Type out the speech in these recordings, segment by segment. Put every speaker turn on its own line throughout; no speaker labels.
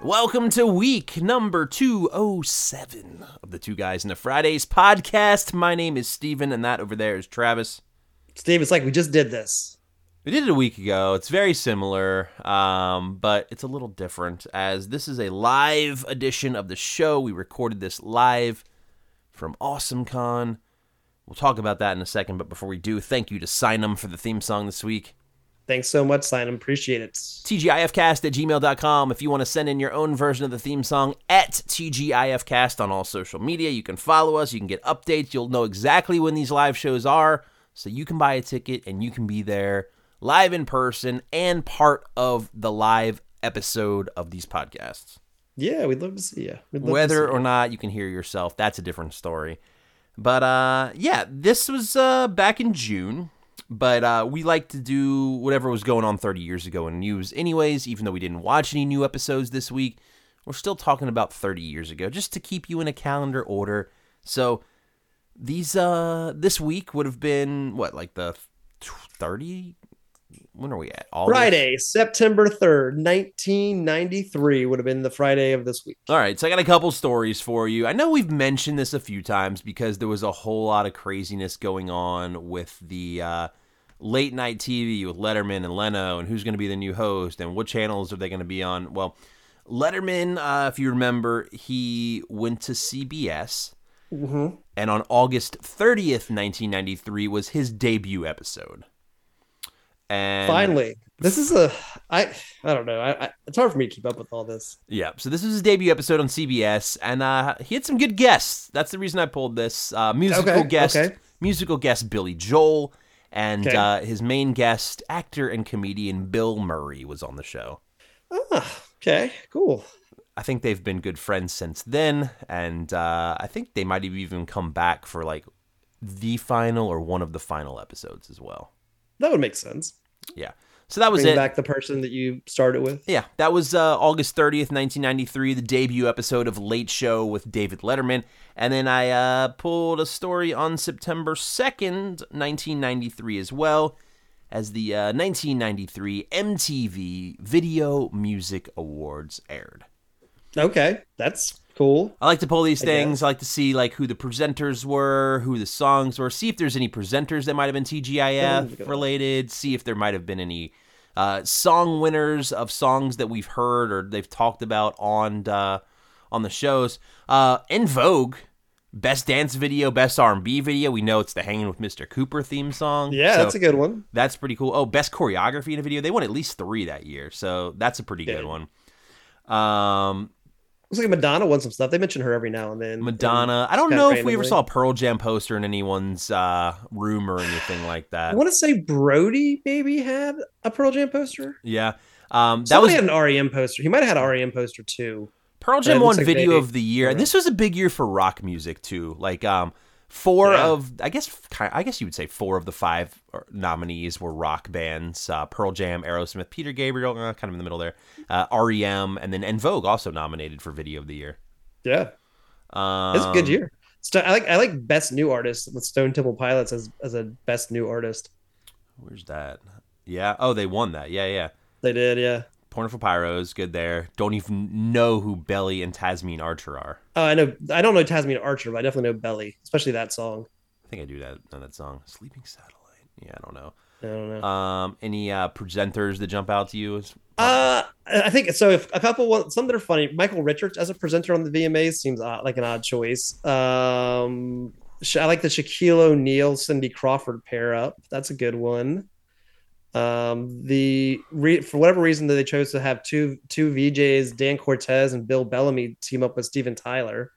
Welcome to week number 207 of the Two Guys in the Fridays podcast. My name is Steven, and that over there is Travis.
Steve, it's like we just did this.
We did it a week ago. It's very similar, um, but it's a little different as this is a live edition of the show. We recorded this live from AwesomeCon. We'll talk about that in a second, but before we do, thank you to Signum for the theme song this week.
Thanks so much, Simon. Appreciate it.
TGIFcast at gmail.com. If you want to send in your own version of the theme song at TGIFcast on all social media, you can follow us, you can get updates, you'll know exactly when these live shows are, so you can buy a ticket and you can be there live in person and part of the live episode of these podcasts.
Yeah, we'd love to see you. We'd love to
Whether
see
or not you can hear yourself, that's a different story. But uh, yeah, this was uh, back in June. But uh, we like to do whatever was going on 30 years ago in news, anyways. Even though we didn't watch any new episodes this week, we're still talking about 30 years ago, just to keep you in a calendar order. So these uh, this week would have been what, like the 30? When are we at? All
Friday, September 3rd, 1993 would have been the Friday of this week.
All right, so I got a couple stories for you. I know we've mentioned this a few times because there was a whole lot of craziness going on with the uh, late night TV with Letterman and Leno, and who's going to be the new host, and what channels are they going to be on. Well, Letterman, uh, if you remember, he went to CBS,
Mm-hmm.
and on August 30th, 1993, was his debut episode. And
Finally, this is a I I don't know. I, I, it's hard for me to keep up with all this.
Yeah, so this was his debut episode on CBS, and uh, he had some good guests. That's the reason I pulled this uh, musical
Okay,
guest,
okay.
musical guest Billy Joel, and
Okay.
uh, his main guest, actor and comedian Bill Murray, was on the show.
Ah, okay, cool.
I think they've been good friends since then, and uh, I think they might have even come back for like the final or one of the final episodes as well.
That would make sense.
Yeah, so that was
Bring
it.
back the person that you started with.
Yeah, that was uh, August 30th, 1993, the debut episode of Late Show with David Letterman. And then I uh, pulled a story on September 2nd, 1993, as well as the uh, 1993 MTV Video Music Awards aired.
Okay, that's cool.
I like to pull these
I
things. I like to see like who the presenters were, who the songs were. See if there's any presenters that might have been
Oh,
TGIF
God.
related. See if there might have been any uh, song winners of songs that we've heard or they've talked about on uh, on the shows. Uh, in Vogue, best dance video, best R and B video. We know it's the Hanging with Mr. Cooper theme song.
Yeah,
So
that's a good one.
that's pretty cool. Oh, best choreography in a video. They won at least three that year, so that's a pretty
Yeah.
good one. Um,
Looks like Madonna won some stuff. They mention her every now and then.
Madonna. I don't
kinda
know if we ever
randomly.
saw a Pearl Jam poster in anyone's uh, room or anything like
I
that.
want to say Brody maybe had a Pearl Jam poster.
Yeah. Um, that
Somebody
was
had an REM poster. He might have had an REM poster too.
Pearl
it
Jam
looks
won
like
video
they-
of the year.
Alright.
This was a big year for rock music too. Like um, four
Yeah.
of I guess ki- I guess you would say four of the five uh, nominees were rock bands: uh, Pearl Jam, Aerosmith, Peter Gabriel, uh, kind of in the middle there, uh, REM, and then En Vogue also nominated for video of the year.
Yeah,
Um,
it's a good year. Sto- I like I like best new artist with Stone Temple Pilots as as a best new artist.
Where's that? Yeah. Oh, they won that. Yeah, yeah.
They did, yeah.
Porn for Pyros, good there. Don't even know who Belly and Tasmine Archer are.
Oh, I know. I don't know Tasmanian Archer, but I definitely know Belly, especially that song.
I think I do that know that song. Sleeping Satellite. Yeah, I don't know.
I don't know.
Um, any uh, presenters that jump out to you? As-
Uh, I I think so. If a couple, well, some that are funny, Michael Richards as a presenter on the VMAs seems odd, like an odd choice. Um, Sha- I like the Shaquille O'Neal Cindy Crawford pair up. That's a good one. Um, the re, for whatever reason that they chose to have two two VJs, Dan Cortez and Bill Bellamy, team up with Steven Tyler.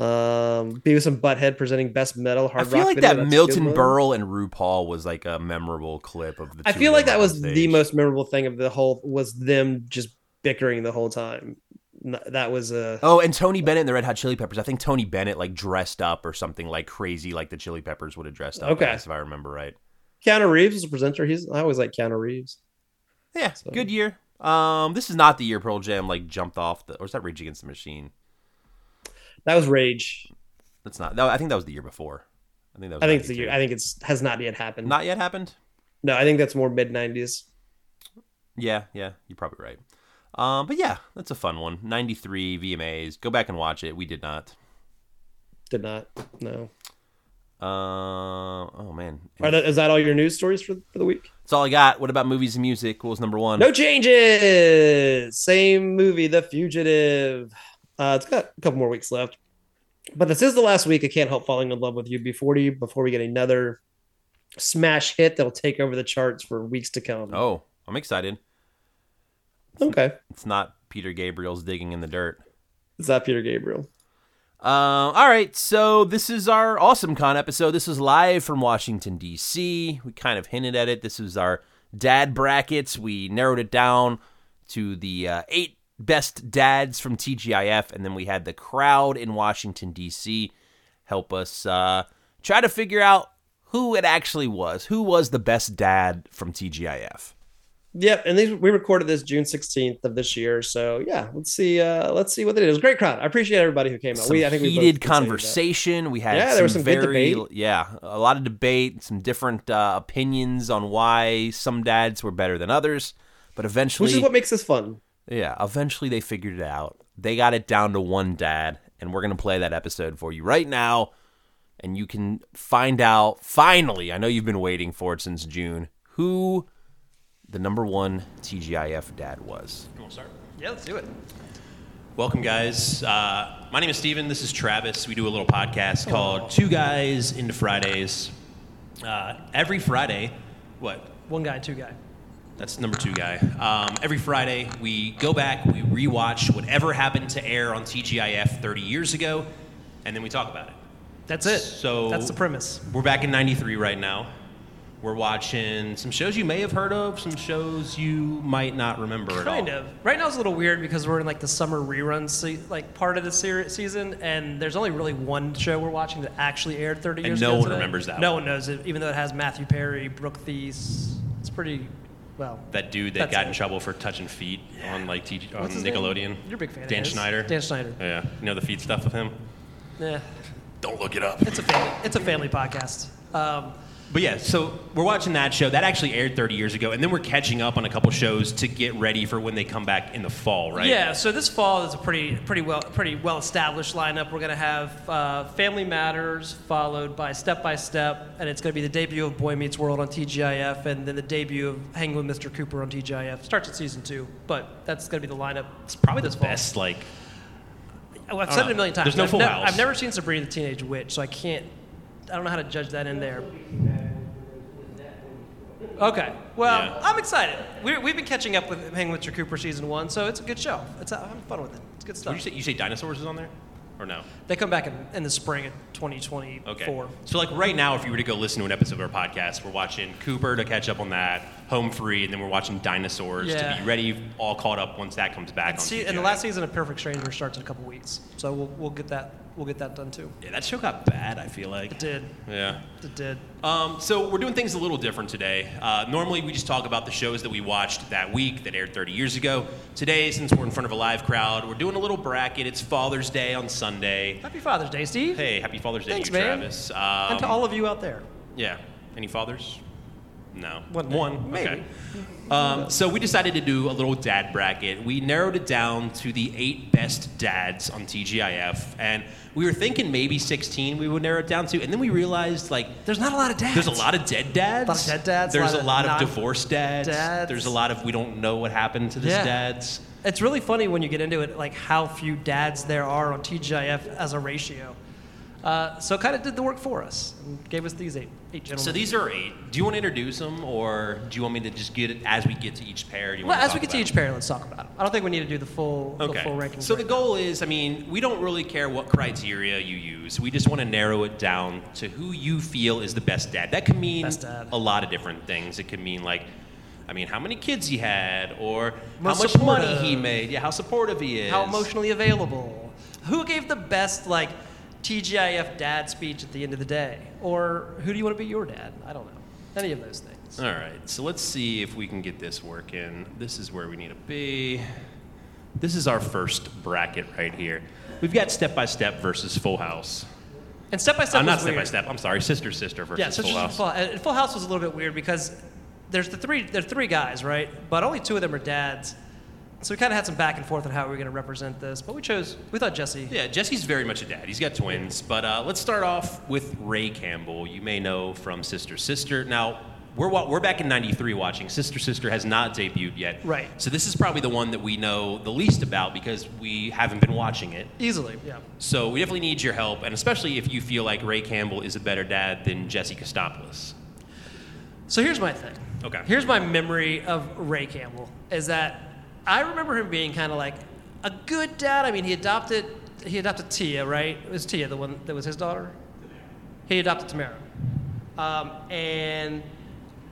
Um, Beavis and Butthead presenting Best Metal
I
Hard
feel
Rock.
like
video.
that
That's a
Milton
good one.
Berle and RuPaul was like a memorable clip of the.
I
two
feel
of
like
them
that
on
was the
stage.
most memorable thing of the whole was them just bickering the whole time. N- That was uh, a
Oh, and Tony Bennett and the Red Hot Chili Peppers. I think Tony Bennett like dressed up or something like crazy, like the Chili Peppers would have dressed up.
Okay.
as, if I remember right.
Keanu Reeves was a presenter. He's I always like Keanu Reeves.
Yeah,
So-
good year. Um, this is not the year Pearl Jam like jumped off the, or is that Rage Against the Machine?
That was Rage.
That's not. No, I think that was the year before. I think that. Was
I think it's the
92.
year. I think it's has not yet happened.
not yet happened.
no, I think that's more mid nineties.
Yeah, yeah, you're probably right.
Um, but yeah, that's a fun one. 93 VMAs. Go back and watch it. We did not.
Did not. No.
Uh, oh, man.
Are that, is that all your news stories for, for the week?
That's all I got. What about movies and music? What was number one?
No changes. Same movie, The Fugitive. Uh, it's got a couple more weeks left, but this is the last week. I can't help falling in love with you before you before we get another smash hit that'll take over the charts for weeks to come.
Oh, I'm excited.
Okay,
It's not Peter Gabriel's digging in the dirt.
is that Peter Gabriel?
Um, all right, so this is our Awesome Con episode. This is live from Washington, D.C. We kind of hinted at it. This is our dad brackets. We narrowed it down to the uh, eight best dads from TGIF, and then we had the crowd in Washington, D.C. help us uh, try to figure out who it actually was. Who was the best dad from TGIF?
Yep, and these, we recorded this June sixteenth of this year, so yeah, let's see. Uh, let's see what they did. It was a great crowd. I appreciate everybody who came out.
some
we I think we both
heated
can say that.
conversation. We had
Yeah,
some
there was some good
very
debate.
yeah, a lot of debate, some different uh, opinions on why some dads were better than others, but eventually,
which is what makes this fun.
yeah, eventually they figured it out. They got it down to one dad, and we're gonna play that episode for you right now, and you can find out finally. I know you've been waiting for it since June. Who the number one TGIF dad was?
You want to start? Yeah, let's do it. Welcome, guys. Uh, my name is Steven. This is Travis. We do a little podcast called Two Guys into Fridays. Uh, every Friday, what?
One guy, two guy.
That's number two guy. Um, every Friday, we go back, we rewatch whatever happened to air on TGIF 30 years ago, and then we talk about it.
That's it.
So-
that's the premise.
We're back in 93 right now. We're watching some shows you may have heard of, some shows you might not remember at all.
Kind of. Right now it's a little weird because we're in like the summer rerun se- like part of the ser- season, and there's only really one show we're watching that actually aired 30
And
years
no
ago.
one
today.
remembers that
No
one.
one knows it, even though it has Matthew Perry, Brooke Thies. It's pretty well.
That dude that
That's
got
it.
in trouble for touching feet on like TG, on
What's his name?
Nickelodeon.
You're a big fan. of
Dan
his.
Schneider.
Dan Schneider.
Yeah, you know the feet stuff with him.
Yeah,
Don't look it up.
eh. it's a family. It's a family podcast. Um,
But yeah, so we're watching that show that actually aired 30 years ago, and then we're catching up on a couple shows to get ready for when they come back in the fall, right?
Yeah, so this fall is a pretty pretty well pretty well established lineup. We're gonna have uh, Family Matters followed by Step by Step, and it's gonna be the debut of Boy Meets World on TGIF, and then the debut of Hanging with Mr. Cooper on TGIF. Starts at season two, but that's gonna be the lineup. It's
Probably the
this fall.
best, like,
Oh, I've
I don't
said it
know.
a million times.
There's no
I've,
Full
ne-
House.
I've never seen Sabrina the Teenage Witch, so I can't. I don't know how to judge that in there. Okay. Well,
Yeah.
I'm excited. We're, we've been catching up with Hanging with Mr. Cooper season one, so it's a good show. It's i I'm fun with it. It's good
would
stuff.
you say, you say dinosaurs is on there? Or no?
They come back in, in the spring of 2024.
Okay. So, like, right now, if you were to go listen to an episode of our podcast, we're watching Cooper to catch up on that, Home Free, and then we're watching Dinosaurs to
Yeah.
be ready, all caught up once that comes back
And,
on
see,
TGIF.
and the last season of Perfect Stranger starts in a couple weeks, so we'll, we'll get that we'll get that done too.
Yeah, that show got bad, I feel like.
It did.
Yeah.
It did.
Um, so we're doing things a little different today. Uh, normally, we just talk about the shows that we watched that week that aired 30 years ago. Today, since we're in front of a live crowd, we're doing a little bracket. It's Father's Day on Sunday.
Happy Father's Day, Steve.
Hey, happy Father's Day
Thanks,
to you,
man.
Travis. Um,
And to all of you out there.
yeah. Any fathers? No.
One day.
One.
Maybe.
Okay. Um, so we decided to do a little dad bracket. We narrowed it down to the eight best dads on TGIF, and we were thinking maybe 16 we would narrow it down to, and then we realized like
There's not a lot of dads.
there's a lot of dead dads.
A lot of dead dads,
There's a lot of,
non-
divorced dads.
dads.
There's a lot of we don't know what happened to this
Yeah.
dads.
It's really funny when you get into it, like how few dads there are on TGIF as a ratio. Uh, so kind of did the work for us and gave us these eight eight gentlemen.
So these are eight. Do you want to introduce them, or do you want me to just get it as we get to each pair? Do you
well,
want to
as we
talk
get to
about
each pair, let's talk about it. I don't think we need to do the full
them?
the full
Okay.
ranking.
So the
right
goal is, I mean, we don't really care what criteria you use. We just want to narrow it down to who you feel is the best dad. That could mean
Best dad.
a lot of different things. It could mean like. I mean, how many kids he had, or
Most
how much money he
supportive.
made, yeah, how supportive he is,
how emotionally available who gave the best like tgif dad speech at the end of the day or who do you want to be your dad i don't know any of those things
All right, so let's see if we can get this working. This is where we need to be. This is our first bracket right here. We've got step by step versus full house.
and step by step
I'm
was
not step by
weird.
step. I'm sorry, sister sister versus
yeah so
full
just
house.
full, and full house was a little bit weird because there's the three there are three guys right but only two of them are dads So we kind of had some back and forth on how we were going to represent this, but we chose. We thought Jesse.
Yeah, Jesse's very much a dad. He's got twins, but uh, let's start off with Ray Campbell. You may know from Sister Sister. Now we're wa- we're back in '93 watching Sister Sister has not debuted yet.
Right.
So this is probably the one that we know the least about because we haven't been watching it.
Easily, yeah.
So we definitely need your help, and especially if you feel like Ray Campbell is a better dad than Jesse Kostopoulos.
So here's my thing.
Okay.
Here's my memory of Ray Campbell is that I remember him being kind of like a good dad. I mean, he adopted he adopted Tia, right? It was Tia the one that was his daughter. He adopted Tamara, um, and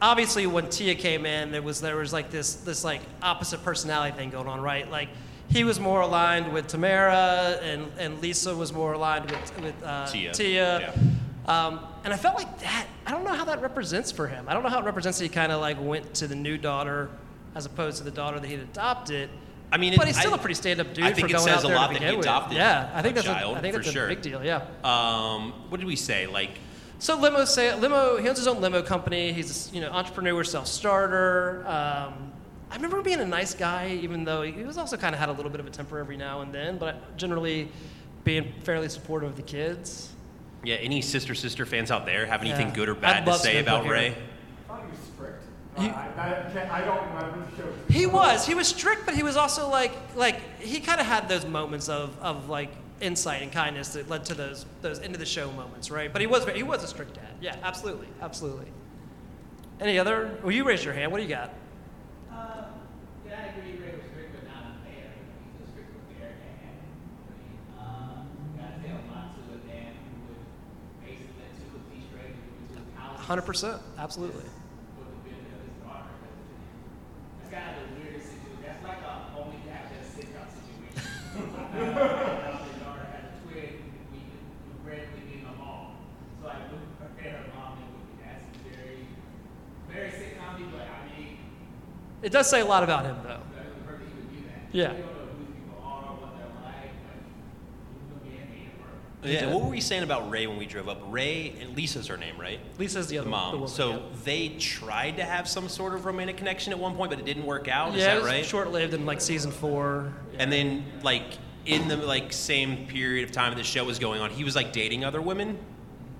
obviously when Tia came in, there was there was like this this like opposite personality thing going on, right? Like he was more aligned with Tamara, and and Lisa was more aligned with with uh,
Tia.
Tia.
Yeah.
Um, and I felt like that. I don't know how that represents for him. I don't know how it represents that he kind of like went to the new daughter as opposed to the daughter that he'd adopted.
I mean, it-
but he's still
I-
a pretty stand-up dude
I think
for
it
going
says
out
a
there
lot
to
that he
begin with.
adopted
Yeah, I think
a
that's
child,
a, I think
for
that's a
sure.
big deal. Yeah.
Um, what did we say? Like,
So limo say limo. He owns his own limo company. He's a, you know entrepreneur, self-starter. Um, I remember him being a nice guy, even though he was also kind of had a little bit of a temper every now and then, but generally being fairly supportive of the kids.
yeah, any Sister Sister fans out there have anything
Yeah.
good or
I'd
bad to
love
say
Snowflake
about
here.
Ray?
I thought he was strict. Uh,
He-
I, I, I don't remember the show.
He was. He was strict, but he was also like like he kind of had those moments of, of like insight and kindness that led to those those end of the show moments, right? But he was he was a strict dad. Yeah, absolutely, absolutely. Any other? Well, you raised your hand. What do you got?
Yeah, I agree. Ray was good, but not fair. He was good, but fair dad. Um, got to tell lots of a dad who would basically let two of these Ray to his house
Hundred percent, absolutely.
for the benefit of his daughter. That's kind of the weirdest situation. That's like a only dad does sitcom situation. His daughter had a twin. We we randomly being a mom, so I moved her and her mom and we that's very very sitcom, but I mean.
It does say a lot about him, though. Yeah.
Yeah. What were we saying about Ray when we drove up? Ray and Lisa's her name, right?
Lisa's the
The
other
mom.
The woman,
so
yeah.
they tried to have some sort of romantic connection at one point, but it didn't work out.
yeah,
Is that right?
short lived in like season four.
And then like in the like same period of time the show was going on, he was like dating other women.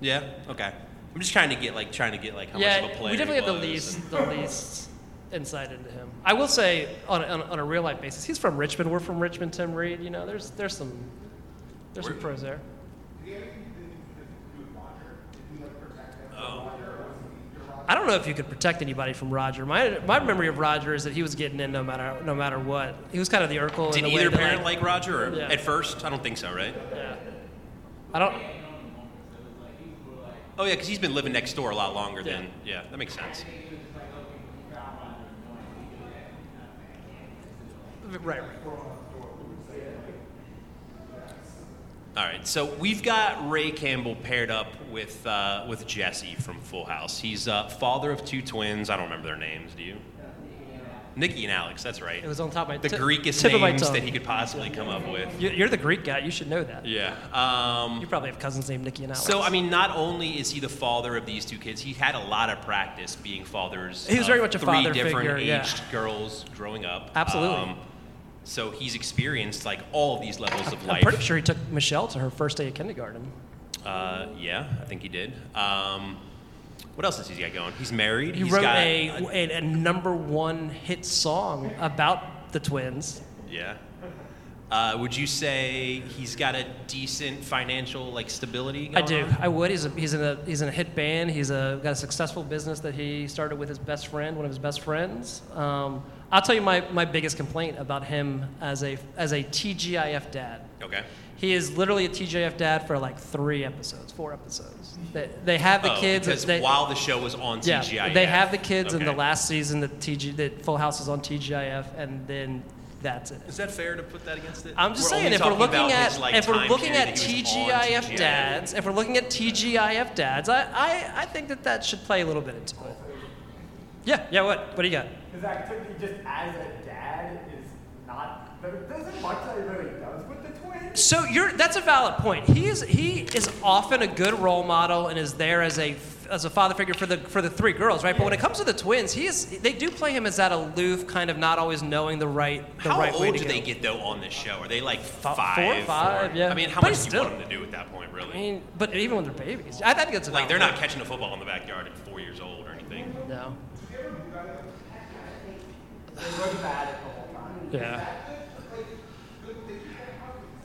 Yeah. Okay. I'm just trying to get like trying to get like how much of a
yeah,
player
we definitely
he
have the
was
least
and-
the least insight into him. I will say on a, on, a, on a real life basis, he's from Richmond. We're from Richmond. Tim Reed. You know, there's there's some there's some
We're-
pros there. I don't know if you could protect anybody from Roger. My, my memory of Roger is that he was getting in no matter no matter what. He was kind of the Urkel.
Did
in the
either
way that,
parent like, Roger? Or
Yeah.
At first, I don't think so, right?
yeah. I don't.
Oh yeah, because he's been living next door a lot longer
Yeah.
than yeah. That makes sense.
Right. right.
All right, so we've got Ray Campbell paired up with uh, with Jesse from Full House. He's uh, father of two twins. I don't remember their names. Do you? Nikki and Alex. That's right.
It was on top of my
the
ti-
Greekest
tip of my
names
tongue.
that he could possibly come up with.
You- You're the Greek guy. You should know that.
Yeah.
You
Um,
probably have cousins named Nikki and Alex.
so I mean, not only is he the father of these two kids, he had a lot of practice being fathers.
He was
of
very much a
three
father
different
figure,
aged
yeah.
girls growing up. Um,
Absolutely.
so he's experienced like all these levels of
I'm
life.
pretty sure he took Michelle to her first day of kindergarten.
Uh, yeah, I think he did. Um, what else has he got going? He's married.
He
He's
wrote
got,
a, a, a number one hit song about the twins.
yeah. Uh, would you say he's got a decent financial like stability?
I
Going
do.
on?
I would. He's a, he's in a he's in a hit band. He's a got a successful business that he started with his best friend, one of his best friends. Um, I'll tell you my, my biggest complaint about him as a as a TGIF dad.
Okay.
He is literally a TGIF dad for like three episodes, four episodes. They, they have the
Oh,
kids.
because
They,
while the show was on
yeah,
TGI.
they have the kids in the
Okay.
last season that TG that Full House is on TGIF, and then that's it.
Is that fair to put that against it?
I'm just
We're
saying,
only
if we're
talking
looking
about
at
his, like,
if we're
time
looking
period
at
that he was on
TGIF dads, if we're looking at TGIF dads, I, I, I think that that should play a little bit into it. Yeah, yeah. What what do you got?
His activity just as a dad is not. There isn't much that he really does with the twins.
So you're that's a valid point. He is he is often a good role model and is there as a as a father figure for the for the three girls, right? But when it comes to the twins, he is they do play him as that aloof kind of not always knowing the right the
how
right way
old
to
do
go.
they get though on this show? Are they like
four,
five?
five,
four?
yeah.
I mean, how
But
much do you
still-
want them to do at that point, really?
I mean, but even when they're babies, I, I think that's
like
about
they're not
right.
catching a football in the backyard at four years old or anything.
No.
Yeah.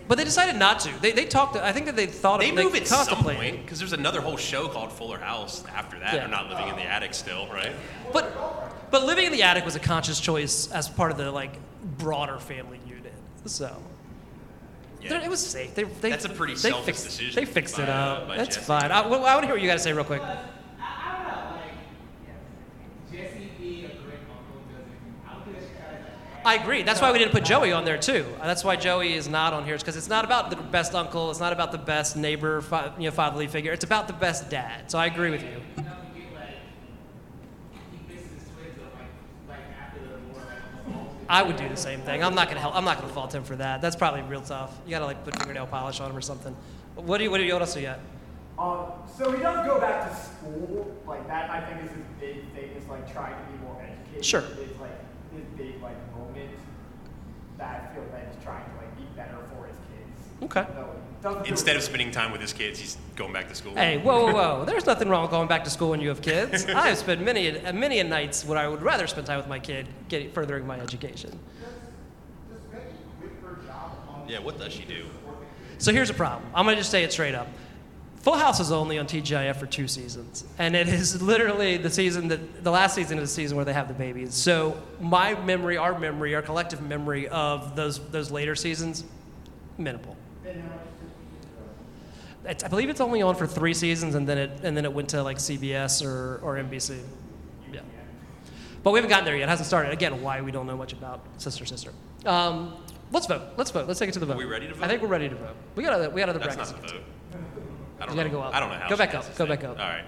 But they decided not to. They, they talked. I think that they thought
They
of,
move
they
at some
contemplated
point because there's another whole show called Fuller House after that.
Yeah.
They're not living in the attic still, right?
it. But but living in the attic was a conscious choice as part of the like broader family unit. So
Yeah.
They're- it was safe. They, they,
That's a pretty
they
selfish
fixed,
decision
They fixed it
by, uh,
up.
by
That's
Jesse.
fine. I, well, I want to hear what you guys say real quick.
Jesse being a great uncle doesn't. I don't think that should count as a
I agree. That's why we didn't put Joey on there too. That's why Joey is not on here because it's not about the best uncle. It's not about the best neighbor, fa- you know, fatherly figure. It's about the best dad. So I agree with you.
You know, you get like he misses his twins though, like like after the war, like almost all
I would do the same thing. I'm not gonna help. I'm not gonna fault him for that. That's probably real tough. You gotta like put fingernail polish on him or something. What do you? What do you? What else do you got?
Um, so he does go back to school. Like that, I think is his big thing. Is like trying to be more educated.
Sure.
Is like his big like moment that I feel that he's trying to like be better for his kids.
Okay.
Though he doesn't do
Instead
it.
of spending time with his kids, he's going back to school.
Hey, whoa, whoa, whoa! There's nothing wrong with going back to school when you have kids. I have spent many, a- many a nights where I would rather spend time with my kid, getting furthering my education.
Yeah, what does she do?
So here's a problem. I'm gonna just say it straight up. Full House is only on TGIF for two seasons, and it is literally the season that the last season is the season where they have the babies. So my memory, our memory, our collective memory of those those later seasons, minimal. It's, I believe it's only on for three seasons, and then it and then it went to like CBS or or NBC. Yeah. But we haven't gotten there yet. It hasn't started. Again, why we don't know much about Sister Sister. Um, let's vote. Let's vote. Let's take it to the vote.
we ready to vote?
I think we're ready to vote. We got other we got other
That's
brackets.
not the vote. I don't
You gotta
know.
go up.
I don't know how.
Go
she
back
does
up.
this
Go
thing.
back up.
All right.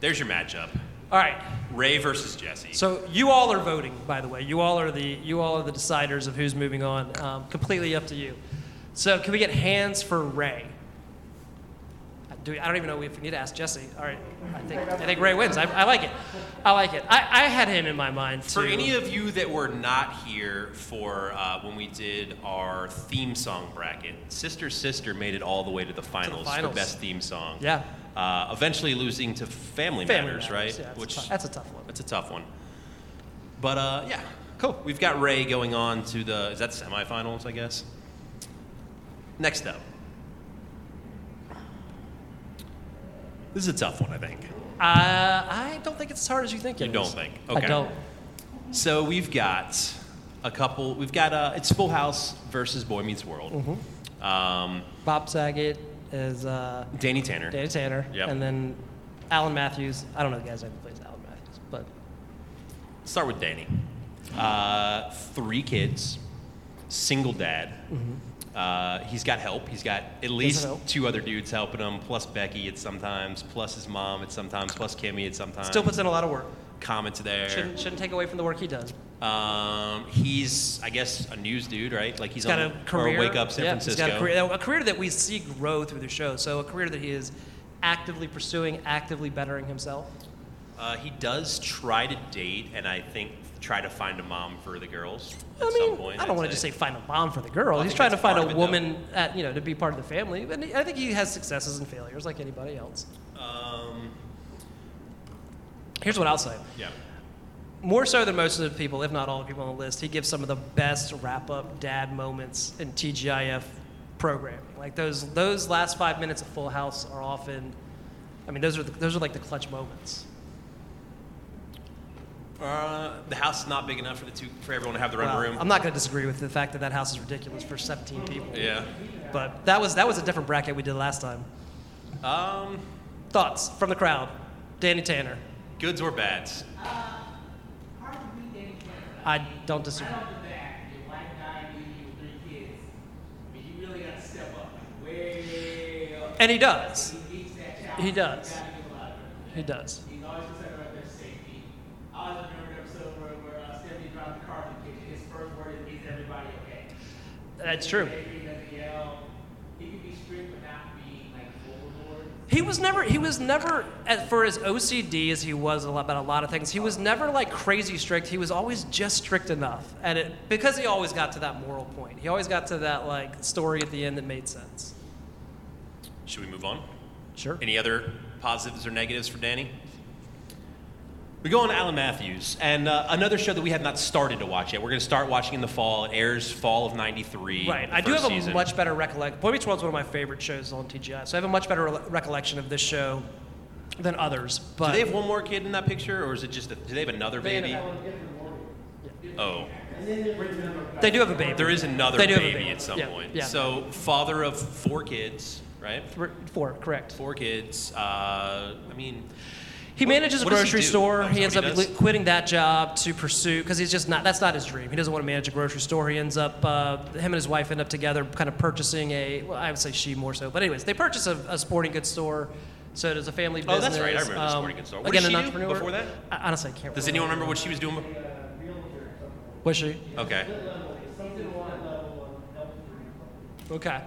There's your matchup.
All right.
Ray versus Jesse.
So you all are voting, by the way. You all are the you all are the deciders of who's moving on. Um, completely up to you. So can we get hands for Ray? Uh, Do, I don't even know if we need to ask Jesse. All right, I think I think Ray wins. I, I like it. I like it. I, I had him in my mind too.
For any of you that were not here for uh, when we did our theme song bracket, Sister Sister made it all the way to the finals,
finals.
for best theme song.
Yeah.
Uh, eventually losing to Family,
family
Matters, right?
Yeah, that's,
Which
a tou- that's a tough one.
that's a tough one. But uh, yeah, cool. We've got Ray going on to the is that semifinals, I guess. Next up. This is a tough one, I think.
Uh, I don't think it's as hard as you think it
You don't
is.
think.
I
Okay.
don't.
So we've got a couple. We've got uh, it's Full House versus Boy Meets World.
Mm-hmm.
Um,
Bob Saget is uh,
Danny Tanner.
Danny Tanner,
Yep.
and then Alan Matthews. I don't know the guy's name that plays Alan Matthews, but
Start with Danny. Uh, three kids, single dad. Uh, he's got help. He's got at least
Mm-hmm. help.
two other dudes helping him, plus Becky at sometimes, plus his mom at sometimes, plus Kimmy at sometimes.
still puts in a lot of work.
comments Uh, there.
Shouldn't, shouldn't take away from the work he does.
Um, he's, I guess, a news dude, right? Like he's,
He's got
on
a career.
Or Wake Up San
yeah,
Francisco.
He's got a career, a career that we see grow through the show. So a career that he is actively pursuing, actively bettering himself.
Uh, he does try to date, and I think try to find a mom for the girls at
I mean,
some point.
I don't
I'd
want to just say find a mom for the girl.
I
He's
think
trying to
that's
find
part
a
of it, though.
woman, at, you know, to be part of the family. But I think he has successes and failures like anybody else.
Um,
Here's what I'll say.
yeah.
more so than most of the people, if not all the people on the list, he gives some of the best wrap-up dad moments in TGIF programming. Like those those last five minutes of Full House are often, I mean, those are the, those are like the clutch moments.
Uh, the house is not big enough for the two for everyone to have their own
Well,
room.
I'm not going to disagree with the fact that that house is ridiculous for 17 people.
yeah.
But that was that was a different bracket we did last time.
Um,
Thoughts from the crowd, Danny Tanner.
goods or bads?
I don't disagree.
Right off the bat, your wife died, leaving you with three kids. I mean, you really gotta step up, like, way up.
And he does.
He needs that challenge.
He does.
You gotta give a lot of it.
He does.
He's always concerned about their safety. I always remember the episode where, where uh, Stephanie dropped the car from the kitchen. His first word is, "Is everybody okay?"
That's true.
Angry, doesn't yell. He can be strict, but not be like overlord.
He was never he was never as for as OCD as he was a lot- about a lot of things. He was never like crazy strict. He was always just strict enough, and it because he always got to that moral point. He always got to that like story at the end that made sense.
Should we move on?
Sure.
Any other positives or negatives for Danny? We go on to Alan Matthews, and uh, another show that we have not started to watch yet. We're going to start watching in the fall. It airs fall of '93.
Right. I do have a much better recollection. Boy Meets World's one of my favorite shows on TGI, so I have a much better re- recollection of this show than others. But
Do they have one more kid in that picture, or is it just? A, do they have another
They have
baby? Oh,
they do have a baby.
there is another
They do have a
baby,
baby.
at some
Yeah,
point.
yeah.
So father of four kids, right?
Th- four, correct.
Four kids. Uh, I mean,
He
What-
manages a
what does he
grocery
do?
store.
Oh, is
he ends
that
up
what he
li-
does?
quitting that job to pursue because he's just not. That's not his dream. He doesn't want to manage a grocery store. He ends up. Uh, him and his wife end up together, kind of purchasing a. Well, I would say she more so, but anyways, they purchase a, a sporting goods store. So it is a family
Oh,
business. um,
that's right. I remember the sporting goods store. What
again,
did
an
she do
entrepreneur.
before that?
I, honestly, I can't.
does anyone remember what she was doing? be-
Was she?
Okay.
Okay.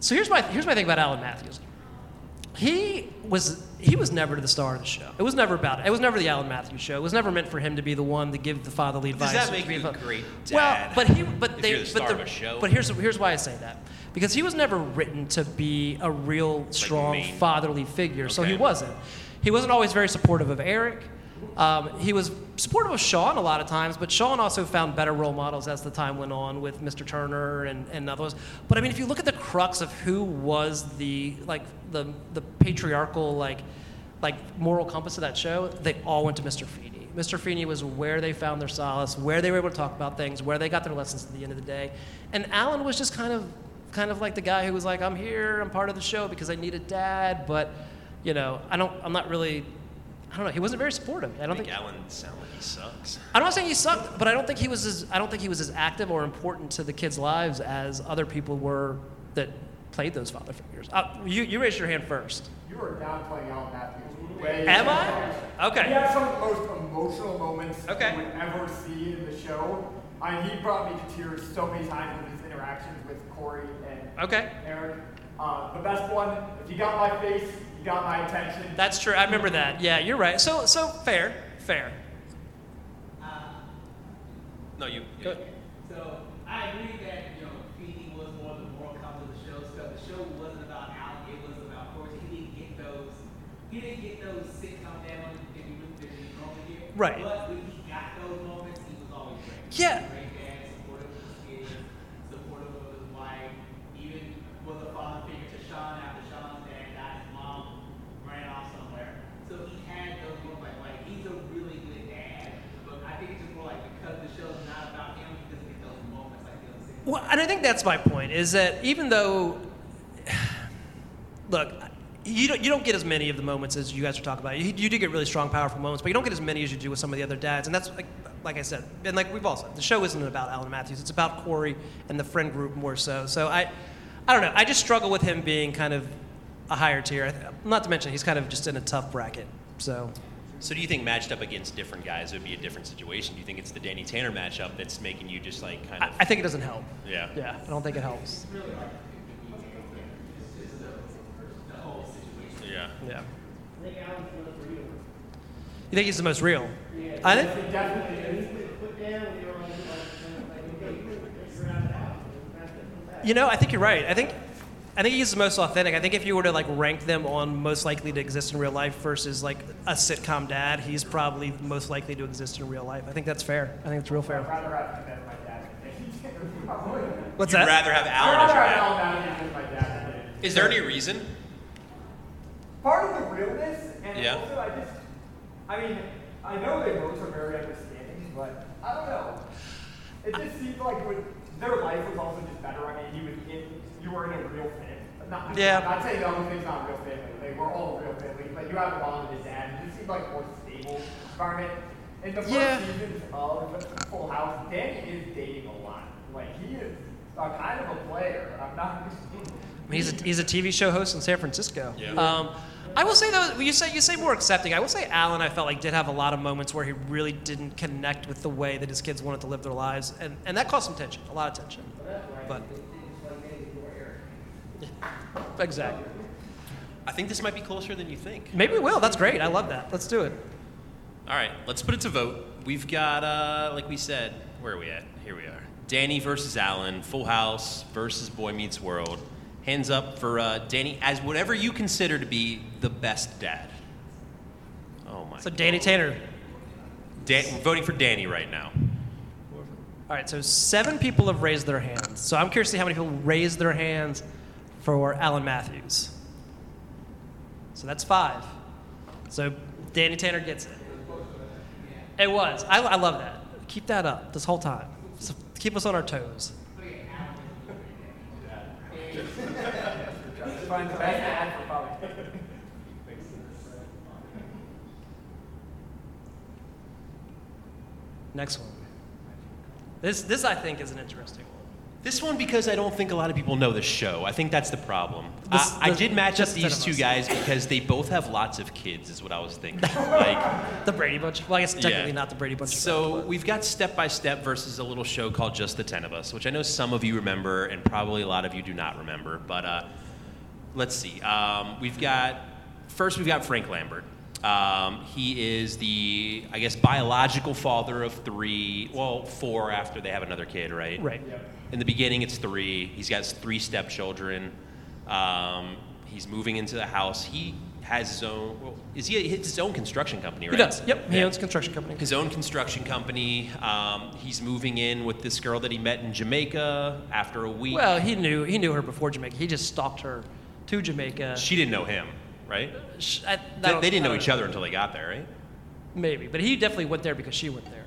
So here's my here's my thing about Alan Matthews. He was he was never the star of the show. It was never about it. It was never the Alan Matthews show. It was never meant for him to be the one to give the fatherly
Does
advice.
that
or
make
to be
you
fa-
a great
Well,
dad
but he but
if
they
you're the star of
but
a show?
but here's here's why I say that because he was never written to be a real strong
main-
fatherly figure. So he
Okay.
wasn't. He wasn't always very supportive of Eric. Um, he was supportive of Sean a lot of times, but Sean also found better role models as the time went on with Mr. Turner and, and others. But I mean, if you look at the crux of who was the like the the patriarchal like like moral compass of that show, they all went to Mr. Feeney. Mr. Feeney was where they found their solace, where they were able to talk about things, where they got their lessons at the end of the day. And Alan was just kind of kind of like the guy who was like, I'm here, I'm part of the show because I need a dad, but you know, I don't I'm not really I don't know, he wasn't very supportive. I
I
don't
think
think
Alan sounds like he sucks.
I'm not saying he sucked, but I don't think he was as I don't think he was as active or important to the kids' lives as other people were that played those father figures. Uh, you you raised your hand first.
You are downplaying Alan Matthews. Way
Am I?
He
Okay.
had some of the most emotional moments
Okay.
you would ever see in the show. I mean, he brought me to tears so many times with his interactions with Corey and
Okay.
Eric. Uh, the best one, if you got my face, you got my attention.
That's true. I remember that. Yeah, you're right. So so fair, fair.
No, you.
Go-
So I agree that you know Feeney was more the moral compass of the show. So the show wasn't about Alan; it was about Horace. He didn't get those. He didn't get those sitcom families that you would that you normally get.
Right.
But when he got those moments, he was always great.
Yeah.
Great dad, supportive of his kids, supportive of his wife. Even was a father figure to Sean after Sean's dad died. His mom ran off somewhere. So he had those moments. Like, like he's a really good dad. But I think it's just more like because the show's not about him, he doesn't get those moments like the other sitcoms.
Well, and I think that's my point is that even though, look, you don't, you don't get as many of the moments as you guys are talking about. You, you do get really strong, powerful moments, but you don't get as many as you do with some of the other dads. And that's like, like I said, and like we've all said, the show isn't about Alan Matthews. It's about Corey and the friend group more so. So I, I don't know. I just struggle with him being kind of a higher tier. I th- Not to mention he's kind of just in a tough bracket. So
So do you think matched up against different guys it would be a different situation? Do you think it's the Danny Tanner matchup that's making you just like kind
I,
of
I think it doesn't help.
yeah?
Yeah, I don't think it helps.
Yeah.
Yeah. You think he's the most real? I think. You know, I think you're right. I think, I think he's the most authentic. I think if you were to like rank them on most likely to exist in real life versus like a sitcom dad, he's probably most likely to exist in real life. I think that's fair. I think it's real
I'd
fair.
rather have him than my dad. I'd
What's
You'd
that?
rather have Alan as your
rather have
dad.
Alan Matthews than my dad. did.
Is there any reason?
part of the realness, and
Yeah.
also I just, I mean, I know they both are very understanding, but I don't know. It just seemed like when, their life was also just better. I mean, he was in, you were in a real family. Not,
Yeah.
Not saying the only thing's not a real family. They were all real families, but you had a mom and a dad. It just seemed like a more stable environment. In the first
Yeah.
seasons of Full House, Danny is dating a lot. Like he is a kind of a player. I'm not.
I mean, he's a, he's a TV show host in San Francisco.
Yeah.
Um, I will say though, you say you say more accepting. I will say Alan, I felt like did have a lot of moments where he really didn't connect with the way that his kids wanted to live their lives, and, and that caused some tension, a lot of tension. But exactly.
I think this might be closer than you think.
Maybe we will. That's great. I love that. Let's do it.
All right, let's put it to vote. We've got, uh, like we said, where are we at? Here we are. Danny versus Alan, Full House versus Boy Meets World. Hands up for uh, Danny as whatever you consider to be the best dad. Oh my.
So Danny Tanner.
Dan- we're voting for Danny right now.
All right. So seven people have raised their hands. So I'm curious to see how many people raised their hands for Alan Matthews. So that's five. So Danny Tanner gets it. It was. I, I love that. Keep that up this whole time. So keep us on our toes.
Find the best ad for probably.
Next one. This, this I think is an interesting one.
This one because I don't think a lot of people know the show. I think that's the problem.
This-
I, I
this-
did match up
just instead
these
of
two
us.
guys because they both have lots of kids, is what I was thinking. like.
The Brady Bunch. Well, I guess technically
Yeah.
not the Brady Bunch.
So we've got Step by Step versus a little show called Just the Ten of Us, which I know some of you remember and probably a lot of you do not remember. But uh, let's see. Um, we've got first we've got Frank Lambert. Um, he is the I guess biological father of three, well four after they have another kid, right?
Right.
In the beginning, it's three. He's got three stepchildren. Um, he's moving into the house. He has his own. Well, is he? It's his own construction company,
He
right?
does. Yep. He
Yeah
owns a construction company.
his own construction company. Um, he's moving in with this girl that he met in Jamaica after a week.
Well, he knew he knew her before Jamaica. He just stalked her to Jamaica.
she didn't know him, right?
Sh- I- I
They,
don't-
they didn't
I
know
don't
each other until they got there, right?
Maybe, but he definitely went there because she went there.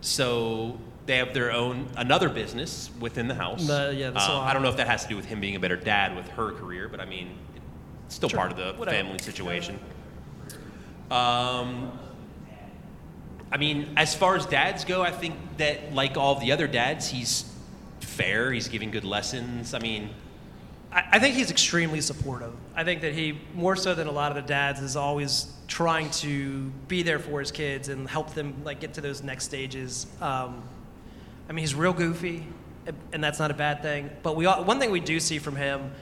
So they have their own another business within the house.
The- yeah, the
Uh,
salon.
I don't know if that has to do with him being a better dad with her career, but I mean, it's still
Sure,
part of the
whatever.
family situation. Um, I mean, as far as dads go, I think that like all of the other dads, he's fair. He's giving good lessons. I mean,
I, I think he's extremely supportive. I think that he, more so than a lot of the dads, is always trying to be there for his kids and help them like get to those next stages. Um, I mean, he's real goofy, and that's not a bad thing. But we all, one thing we do see from him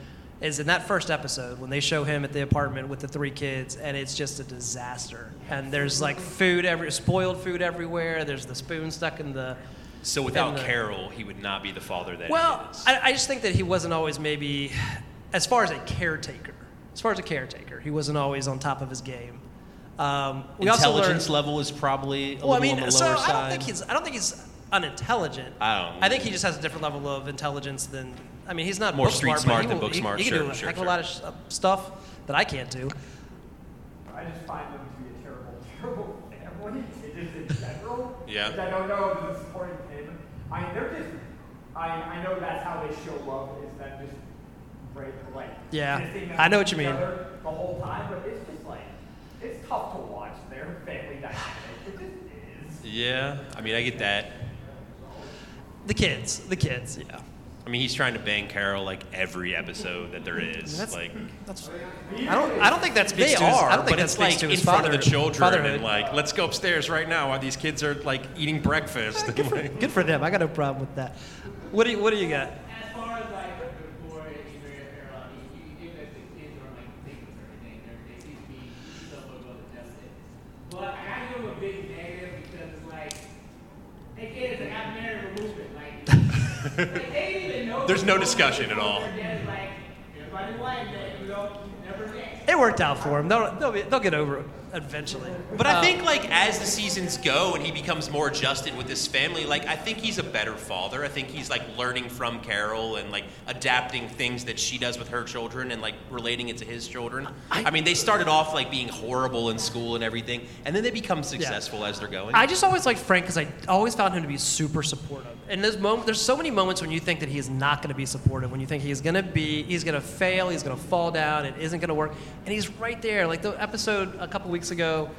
is in that first episode when they show him at the apartment with the three kids, and it's just a disaster. And there's like food every spoiled food everywhere. There's the spoon stuck in the
So without
And the-
Carol, he would not be the father that
Well,
he is.
I, I just think that he wasn't always maybe, as far as a caretaker, as far as a caretaker, he wasn't always on top of his game. Um, we also learned-
Intelligence level is probably a
well, I
little
mean,
on the lower
so
side.
I don't think he's. I don't think he's unintelligent.
I don't-
I think he just has a different level of intelligence than. I mean, he's not
More
book
street
smart, but
smart
he
than
will-
book
he-
smart,
He,
sure,
can do a
sure,
heck
sure.
of a lot of sh- uh, stuff that I can't do.
I just find them to be a terrible, terrible family, just in general.
Yeah.
And I don't know if it's supporting him. I mean, they're just, I, I know that's how they show love, is that just break, like,
Yeah.
kissing
I know what you
each
mean.
other The whole time, but it's just like, it's tough to watch their family dynamic. It just is.
yeah, I mean, I get that.
The kids, the kids, yeah.
I mean, he's trying to bang Carol like every episode that there is.
That's-
like,
That's. I don't. I don't think that speaks
they
to. His,
are,
I don't
but
think that
it's
speaks
like
to
in
his
front
father,
of the children
fatherhood.
and like, let's go upstairs right now while these kids are like eating breakfast.
good, for, good for them. I got no problem with that. What do you, What do you got?
As far as like before you marry Errol, you, you think that the kids are like thinking of everything. They're, they seem to be somewhat well adjusted. But I gotta give them a big negative because it's like they kids like I'm married a movement. Like, like they didn't even know.
There's no discussion at all.
Their dad's like everybody wanted that, you know, never met.
It worked out for him. They'll, they'll, be, they'll get over it eventually.
But I
Uh,
think like as the seasons go and he becomes more adjusted with his family, like I think he's a better father. I think he's like learning from Carol and like adapting things that she does with her children and like relating it to his children. I, mean, they started off like being horrible in school and everything, and then they become successful as they're going.
I just always liked Frank because I always found him to be super supportive. And there's moments, there's so many moments when you think that he is not going to be supportive, when you think he's going to be, he's going to fail, he's going to fall down, it isn't going to work, and he's right there. Like the episode a couple weeks ago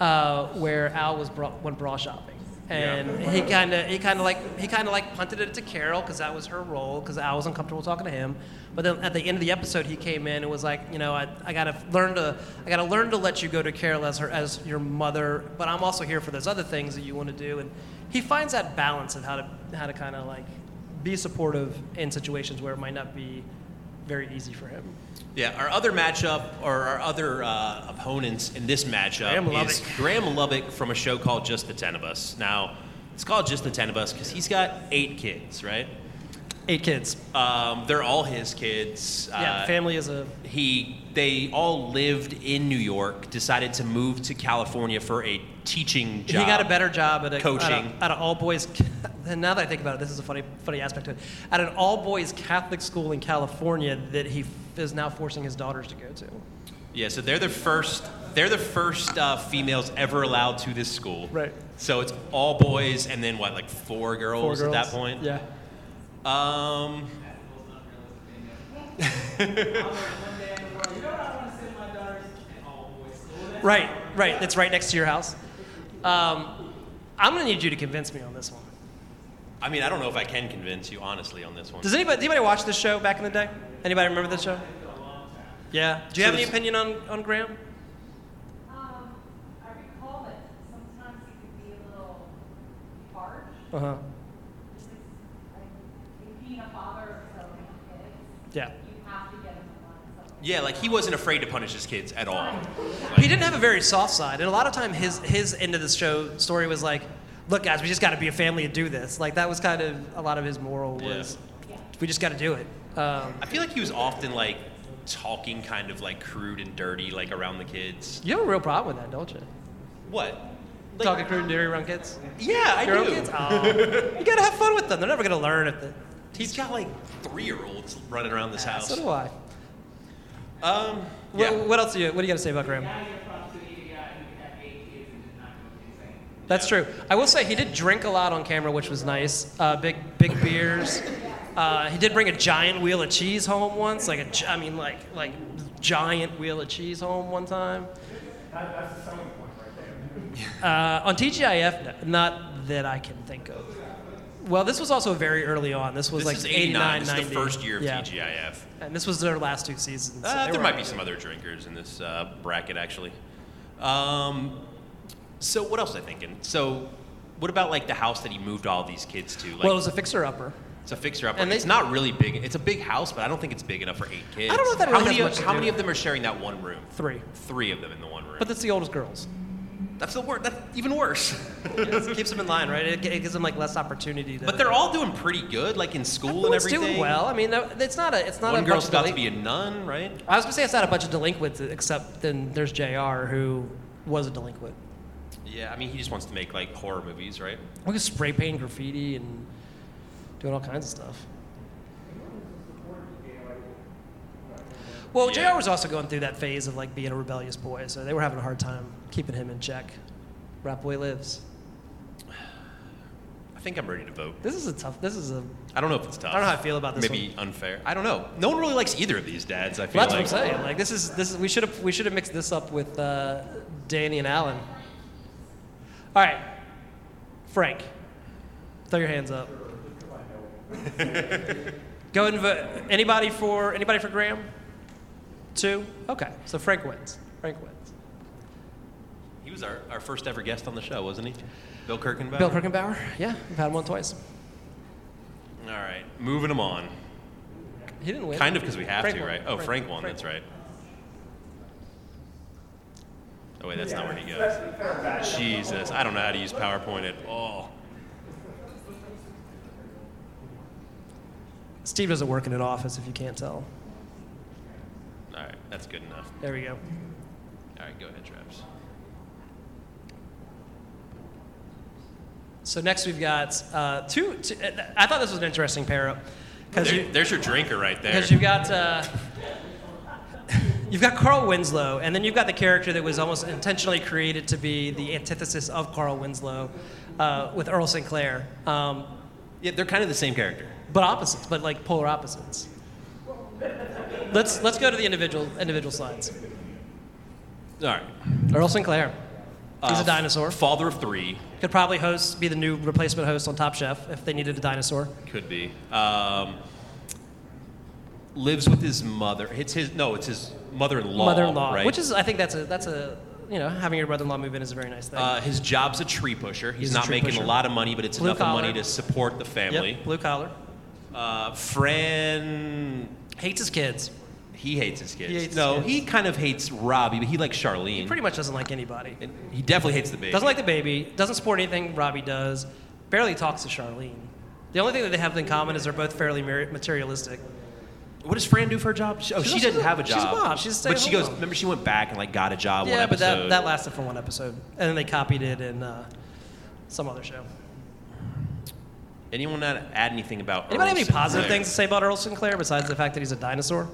uh, where Al was bra- went bra shopping, and he kind of he kind of like he kind of like punted it to Carol because that was her role because Al was uncomfortable talking to him. But then at the end of the episode, he came in and was like, you know, I, I gotta learn to I gotta learn to let you go to Carol as her as your mother, but I'm also here for those other things that you want to do. And he finds that balance of how to how to kind of like be supportive in situations where it might not be very easy for him.
Yeah, our other matchup or our other uh, opponents in this matchup
Graham
is
Lubbock.
Graham Lubbock from a show called Just the Ten of Us. Now, it's called Just the Ten of Us because he's got eight kids, right?
Eight kids.
Um, they're all his kids.
yeah,
Uh,
family is a
he they all lived in New York, decided to move to California for a teaching job.
He got a better job at a,
Coaching.
at, a, at an all boys. Now that I think about it, this is a funny, funny aspect to it. At an all boys Catholic school in California that he f- is now forcing his daughters to go to.
Yeah, so they're the first. They're the first uh, females ever allowed to this school.
Right.
So it's all boys, and then what, like four girls,
Four
at that
girls.
point.
Yeah.
Um.
Right. Right. That's right next to your house. Um, I'm gonna need you to convince me on this one.
I mean, I don't know if I can convince you honestly on this one.
Does anybody, does anybody watch this show back in the day? Anybody remember this show? Yeah. Do you
So
have any
this-
opinion on, on Graham?
Um, I recall that sometimes it could be a little harsh.
Uh huh.
This is, like, being a father of so many kids,
Yeah.
you have to get him a lot of stuff.
yeah, like he wasn't afraid to punish his kids at all.
he didn't have a very soft side, and a lot of time his his end of the show story was like, "Look, guys, we just got to be a family and do this." Like that was kind of a lot of his moral
Yeah.
was, "We just got to do it." Um,
I feel like he was often like talking kind of like crude and dirty like around the kids.
you have a real problem with that, don't you?
What? Like-
Talking crude and dirty around kids.
Yeah, I
Your own
do.
kids. Ah. Aw. you gotta have fun with them. They're never gonna learn at the.
He's got like three-year-olds running around this house.
So do I.
Um.
What,
Yeah.
what else do you? What do you got to say about Graham? That's true. I will say he did drink a lot on camera, which was nice. Uh, big big beers. Uh, he did bring a giant wheel of cheese home once, like a gi- I mean like like giant wheel of cheese home one time. Uh, on TGIF, n- not that I can think of. Well, this was also very early on. This was
This
like
is 89. This is
90.
the first year of
yeah.
TGIF.
And this was their last two seasons. so
Uh,
they
there
were
might
out
be some other drinkers in this uh, bracket, actually. Um, so what else was I thinking? So what about like the house that he moved all these kids to? Like,
well, it was a fixer upper.
it's a fixer upper.
and they-
it's not really big. It's a big house, but I don't think it's big enough for eight kids.
I don't know if that
how
really
many
has
of,
much to
How
do
many
with
of them are sharing that one room?
Three.
Three of them in the one room.
But that's the oldest girls.
that's the word. That's even worse.
it keeps them in line, right? It, it gives them like less opportunity. To,
but they're all doing pretty good, like in school and
Everyone's
everything.
doing well. I mean, no- it's not a. It's not
One
a
girl's
bunch
about
of
to be
delin-
a nun, right?
I was gonna say it's not a bunch of delinquents, except then there's Jr. who was a delinquent.
Yeah, I mean, he just wants to make like horror movies, right?
We could spray paint graffiti and doing all kinds of stuff. Well,
Yeah.
Jr. was also going through that phase of like being a rebellious boy, so they were having a hard time keeping him in check. Rap boy lives.
I think I'm ready to vote.
This is a tough. This is a.
I don't know if it's tough.
I don't know how I feel about this
Maybe unfair. I don't know. No one really likes either of these dads. I feel
Well, that's
like.
what I'm saying. Like this is this is, we should have we should have mixed this up with uh, Danny and Alan. All right, Frank, throw your hands up. Go ahead and vote. Anybody for anybody for Graham? Two. Okay, so Frank wins. Frank wins.
He was our, our first ever guest on the show, wasn't he? Bill Kirkenbauer.
Bill Kirkenbauer. Yeah, we've had him on twice.
All right, moving him on.
He didn't win.
Kind of because we have
Frank
to,
won.
right? Oh, Frank, won.
Frank
That's right. Oh wait, that's not where he goes. Jesus, I don't know how to use PowerPoint at all.
Steve doesn't work in an office, if you can't tell.
All right, that's good enough.
There we go.
All right, go ahead, Travis.
So next we've got uh, two, two. I thought this was an interesting pair up because
There-
you.
there's your drinker right there.
Because you've got uh, you've got Carl Winslow, and then you've got the character that was almost intentionally created to be the antithesis of Carl Winslow, uh, with Earl Sinclair, um,
yeah, they're kind of the same character.
but opposites, but like polar opposites. Let's let's go to the individual individual slides.
All right.
Earl Sinclair, he's
Uh,
a dinosaur.
Father of three.
Could probably host, be the new replacement host on Top Chef if they needed a dinosaur.
Could be. Um, lives with his mother. It's his no. It's his mother-in-law.
Mother-in-law,
right?
which is I think that's a that's a you know having your brother-in-law move in is a very nice thing.
Uh, his job's a tree pusher. He's,
He's a
not
tree
making
pusher.
a lot of money, but it's
Blue
enough
collar.
money to support the family.
yep, blue collar.
Uh, Fran
Hates his kids.
He hates his kids.
He hates
no,
his kids.
he kind of hates Robbie, but he likes Charlene.
He pretty much doesn't like anybody.
and he definitely hates the baby.
Doesn't like the baby. Doesn't support anything Robbie does. Barely talks to Charlene. The only thing that they have in common is they're both fairly mar- materialistic.
What does Fran do for a job? She- Oh,
She's
she
also-
doesn't have a
she's
job.
a mom. She's a
but she
stay-at-home
goes.
mom.
Remember, she went back and like got a job.
yeah,
one
but that,
episode.
that lasted for one episode, and then they copied it in uh, some other show.
Anyone not add anything about? Earl
Anybody have any positive
Sinclair?
things to say about Earl Sinclair besides the fact that he's a dinosaur?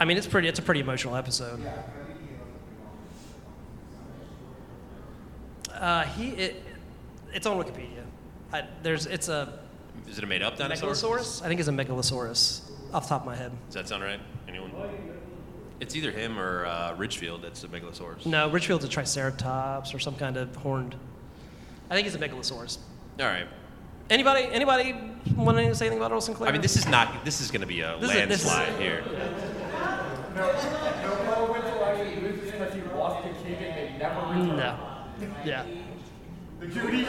I mean, it's pretty. It's a pretty emotional episode. Uh, he, it, it's on Wikipedia. I, there's, it's a
Is it a made-up dinosaur?
megalosaurus. I think it's a megalosaurus, off the top of my head.
Does that sound right? Anyone? It's either him or uh, Ridgefield. That's the megalosaurus.
No, Richfield's a triceratops or some kind of horned. I think he's a megalosaurus.
All right.
Anybody, anybody want to say anything about Earl Sinclair?
I mean, this is not. This is going to be a
This is- this is-
landslide here.
Noel went to Ivy League because he lost to Keegan. They never returned.
no. Yeah.
The Judy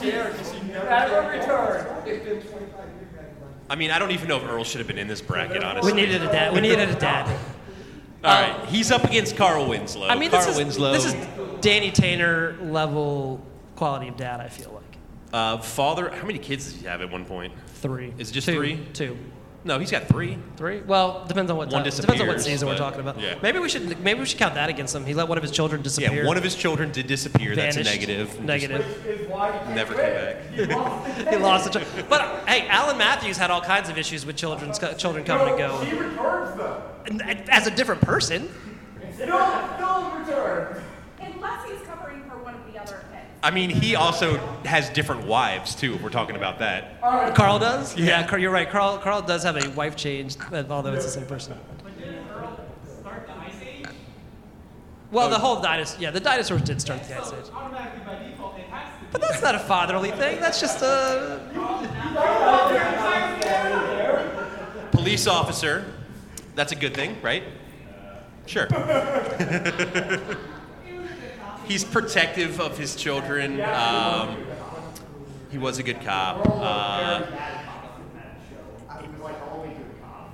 shared because he never, never returned.
I mean, I don't even know if Earl should have been in this bracket, honestly.
We needed a dad. We needed a dad.
All right, he's up against Carl Winslow.
I mean,
Carl
this is
Winslow.
this is Danny Tanner level quality of dad. I feel like
uh, father. How many kids does he have at one point?
three.
Is it just
Two.
three?
Two.
No, he's got three.
Three? Well, depends on what
One
time. depends on what
disappears,
season we're
but-
talking about.
yeah.
Maybe we should maybe we should count that against him. He let one of his children disappear.
Yeah, one of his children did disappear.
vanished.
That's a negative.
Negative.
Is why he
Never come back.
he lost a child. But uh, hey, Alan Matthews had all kinds of issues with children's co- children coming and
He
going.
returns though.
And- and As a different person.
No, no returns.
Unless he's covering for one of the other kids.
I mean, he also has different wives too. If we're talking about that,
Carl does? Yeah, Carl, you're right. Carl, Carl does have a wife change, but although it's the same person. Well, the whole dinosaur, yeah, the dinosaurs did start the Ice Age.
Automatically by default, it has to.
But that's not a fatherly thing. That's just a.
police officer. That's a good thing, right? Sure. he's protective of his children. Um, he was a good cop. Uh,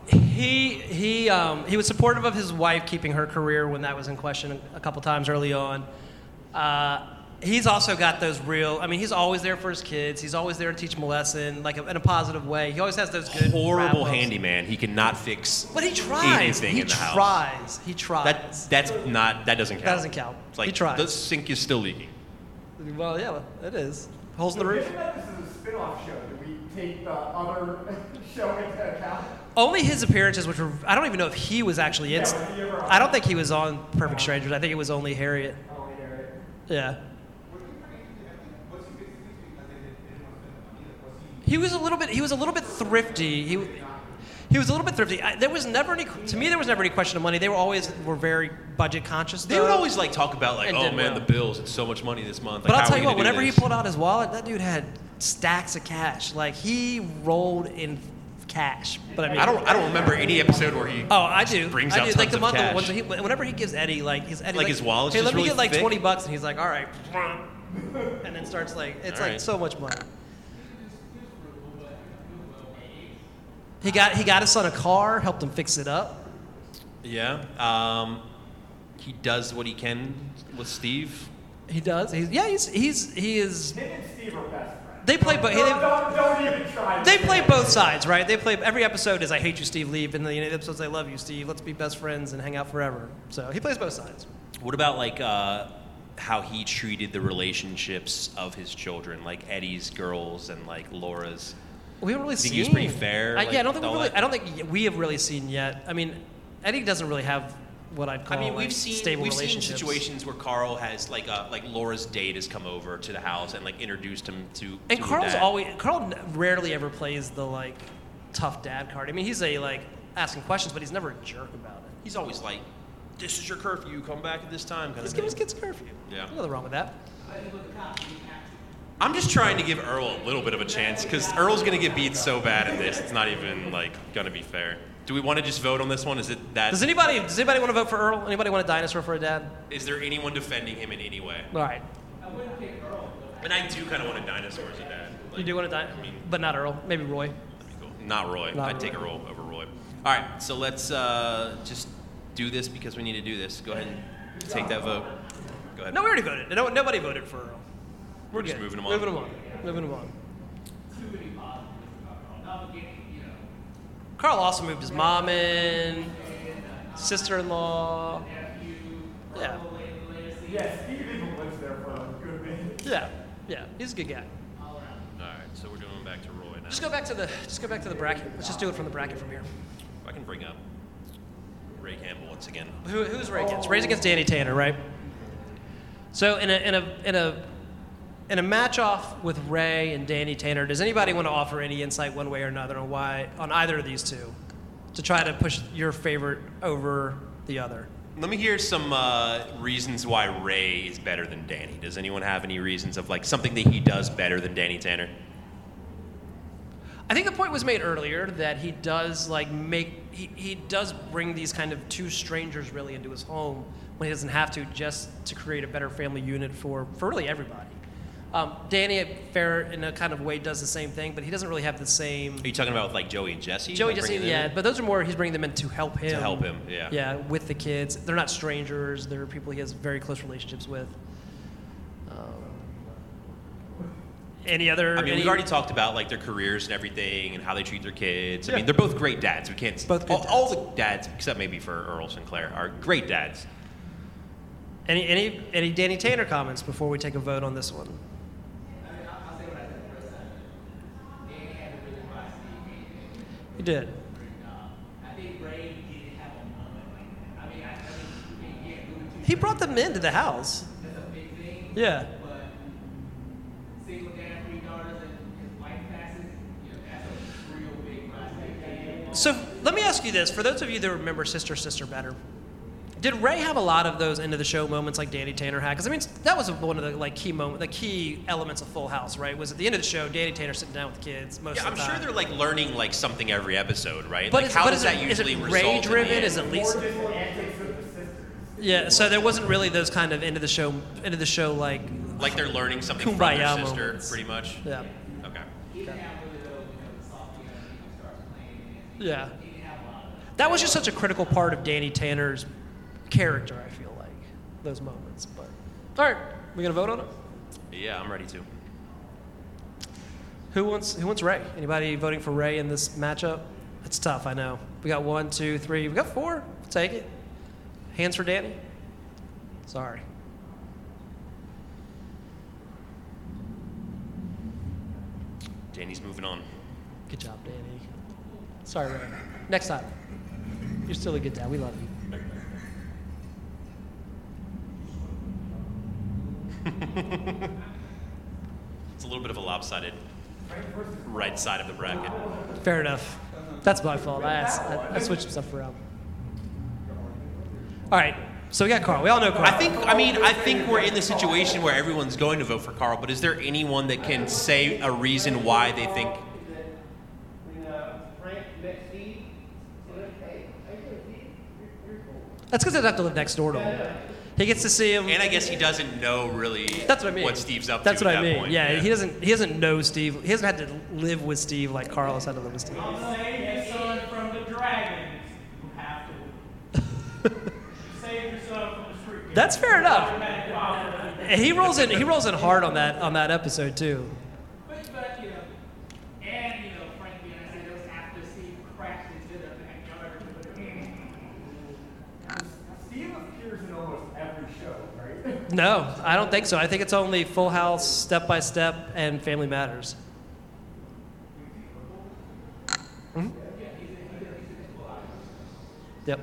He he um, he was supportive of his wife keeping her career when that was in question a couple times early on. Uh, he's also got those real. I mean, he's always there for his kids. He's always there to teach them a lesson, like in a positive way. He always has those good.
horrible
wrap-ups.
handyman. He cannot fix.
But he tries.
Anything
He
in the house.
tries. He tries.
That that's not. That doesn't count.
That doesn't count.
It's like
He tries.
The sink is still leaking.
well, yeah, it is. Holes in the roof.
Given that this is a spin-off show, do we take the other show into account?
Only his appearances, which were I don't even know if he was actually in.
was he ever on?
I don't think he was on Perfect Strangers. I think it was only Harriet. Yeah. He was a little bit. He was a little bit thrifty. He. He was a little bit thrifty. I, there was never any, to me, there was never any question of money. They were always were very budget conscious.
They would
though.
always like talk about like,
And
oh
did
man,
well.
the bills. It's so much money this month.
But
Like,
I'll
how
tell
are we
you what,
gonna do
whenever he
this?
pulled out his wallet, that dude had stacks of cash. Like he rolled in cash. But I mean,
I don't. I don't remember any episode where he.
Oh, I do.
brings
I
out
do. like
tons
the
of
month
cash.
ones, he, whenever he gives Eddie like his Eddie
Like his wallet's
Hey, let
just
me
really
get like
thick?
twenty bucks, and he's like, all right, and then starts like it's
All
like
right.
so much money. He got he got his son a car, helped him fix it up.
Yeah. Um, he does what he can with Steve.
He does. He's, yeah, he's he's he is.
Him and Steve are best friends.
They play, but
No, don't, don't even try.
They play both sides, right? They play every episode is "I hate you, Steve, leave," and the episodes "I love you, Steve, let's be best friends and hang out forever." So he plays both sides.
What about like uh, how he treated the relationships of his children, like Eddie's girls and like Laura's?
We haven't really
Think
seen.
he was pretty fair,
I,
like,
yeah, I don't think we
all
really,
that?
I don't think y- we have really seen yet. I mean, Eddie doesn't really have what I'd call.
I mean,
Oh, like,
we've seen
stable
we've seen
relationships.
situations where Carl has like uh, like Laura's date has come over to the house and like introduced him to.
And
to her
Carl's
dad.
always Carl n- rarely ever plays the like tough dad card. I mean, he's a like asking questions, but he's never a jerk about it.
He's always like, "This is your curfew. Come back at this time." Kind
He's
of
giving
thing.
his kids a curfew.
Yeah.
nothing wrong with that.
I'm just trying to give Earl a little bit of a chance because Earl's gonna get beat so bad in this. It's not even like gonna be fair. Do we want to just vote on this one? Is it that?
Does anybody does anybody want to vote for Earl? Anybody want a dinosaur for a dad?
Is there anyone defending him in any way?
All right.
And I do kind of want a dinosaur as a dad.
You do want to die, but not Earl. Maybe Roy.
That'd be cool. Not Roy.
Not
I'd take a Roy over Roy. All right, so let's uh, just do this because we need to do this. Go ahead and take that vote. Go ahead.
No, we already voted. No, nobody voted for Earl. We're,
just
good.
moving 'em on.
Moving 'em on. Moving 'em on. Carl also moved his mom in, sister-in-law. Yeah.
Yeah, Steve even lives there for a good bit.
Yeah. Yeah. He's a good guy.
All right, so we're going back to Roy now.
Just go back to the just go back to the bracket. Let's just do it from the bracket from here.
If I can bring up Ray Campbell once again.
Who, who's Ray against? Ray's against Danny Tanner, right? So in a in a in a in a match off with Ray and Danny Tanner, does anybody want to offer any insight one way or another on why on either of these two to try to push your favorite over the other?
Let me hear some uh, reasons why Ray is better than Danny. Does anyone have any reasons of like something that he does better than Danny Tanner?
I think the point was made earlier that he does like make he, he does bring these kind of two strangers really into his home when he doesn't have to just to create a better family unit for for really everybody. Um, Danny Fair in a kind of way does the same thing, but he doesn't really have the same.
Are you talking about with like Joey and Jesse?
Joey
Like,
just
bringing them
yeah,
in?
but those are more he's bringing them in to help him.
To help him, yeah.
Yeah, with the kids, they're not strangers. They're people he has very close relationships with. Um, any other?
I mean,
any,
we've already talked about like their careers and everything and how they treat their kids. I mean, they're both great dads. We can't
Both good
all, all the dads except maybe for Earl Sinclair are great dads.
Any any any Danny Tanner comments before we take a vote on this one? He did. He brought them into the house. Yeah. So let me ask you this: for those of you that remember Sister Sister better, did Ray have a lot of those end of the show moments like Danny Tanner had? Because I mean, that was one of the like key moment, the key elements of Full House, right? Was at the end of the show, Danny Tanner sitting down with the kids most
Yeah,
of
I'm
the
sure
time.
they're like learning like something every episode, right?
But
like,
is-
how
but
does
is
that
it- is it
usually
Ray
result? in the
driven?
end?
Is it Lisa?
Or just the antics of the sisters.
Yeah, so there wasn't really those kind of end of the show, end of the show like,
like they're learning something from their
Kumbaya
sister,
moments.
pretty much?
yeah,
Okay.
yeah. That was just such a critical part of Danny Tanner's character. I feel like those moments. But all right, we gonna vote on it.
Yeah, I'm ready to.
Who wants Who wants Ray? Anybody voting for Ray in this matchup? It's tough. I know. We got one, two, three. We got four. Take it. Hands for Danny. Sorry.
Danny's moving on.
Good job, Danny. Sorry, Ray. Next time. You're still a good dad. We love you.
It's a little bit of a lopsided right side of the bracket.
Fair enough. That's my fault. I, asked, I, I switched stuff around. All right. So we got Carl. We all know Carl.
I think, I mean, I think we're in the situation where everyone's going to vote for Carl, but is there anyone that can say a reason why they think
that's because they have to live next door to him. He gets to see him.
And I guess he doesn't know really
That's what I mean.
Steve's up
That's
to.
what
at
I
that
mean.
Point.
Yeah, he doesn't. He doesn't know Steve. He hasn't had to live with Steve like Carl has had to live with Steve.
Save your son from the dragons. You have to. Save your son from the street.
That's fair enough. And he rolls in. He rolls in hard on that on that episode too.
But, but, you know, and, you know, Frank being as it was after Steve crashed into the backyard.
Steve appears in almost every show, right?
No, I don't think so. I think it's only Full House, Step by Step, and Family Matters. Mhm. Yep.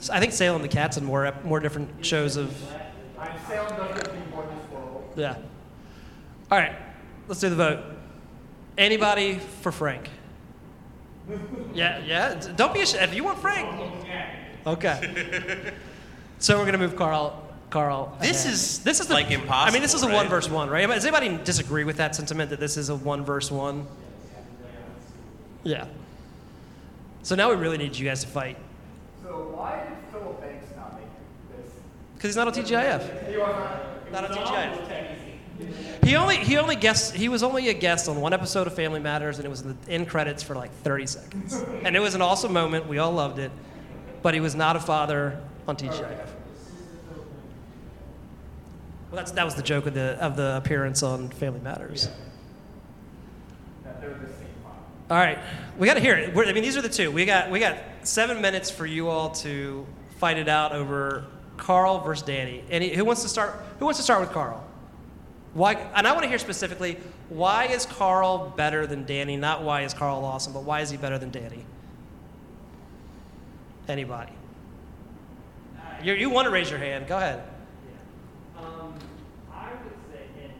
So I think Salem the Cats and more ep- more different shows of
I'm Salem doesn't be one this world.
yeah. All right, let's do the vote. Anybody for Frank? Yeah, yeah. d- Don't be ashamed. If you want Frank, okay. so we're gonna move Carl. Carl.
This
ahead.
is,
This is the,
like impossible.
I mean, this is a
right?
one verse one, right? Does anybody disagree with that sentiment that this is a one verse one? Yeah. So now we really need you guys to fight
So why did Philip Banks not make this?
because he's not on TGIF.
He was not.
Not on TGIF. He only he only guest he was only a guest on one episode of Family Matters, and it was in the end credits for like 30 seconds, and it was an awesome moment. We all loved it, but he was not a father on TGIF. Well, that's that was the joke of the of the appearance on Family Matters. All right, we got to hear it. We're, I mean, these are the two. We got we got seven minutes for you all to fight it out over Carl versus Danny. Any who wants to start? Who wants to start with Carl? Why? And I want to hear specifically why is Carl better than Danny? Not why is Carl awesome, but why is he better than Danny? Anybody? You you want to raise your hand? Go ahead.
Um, I would say, and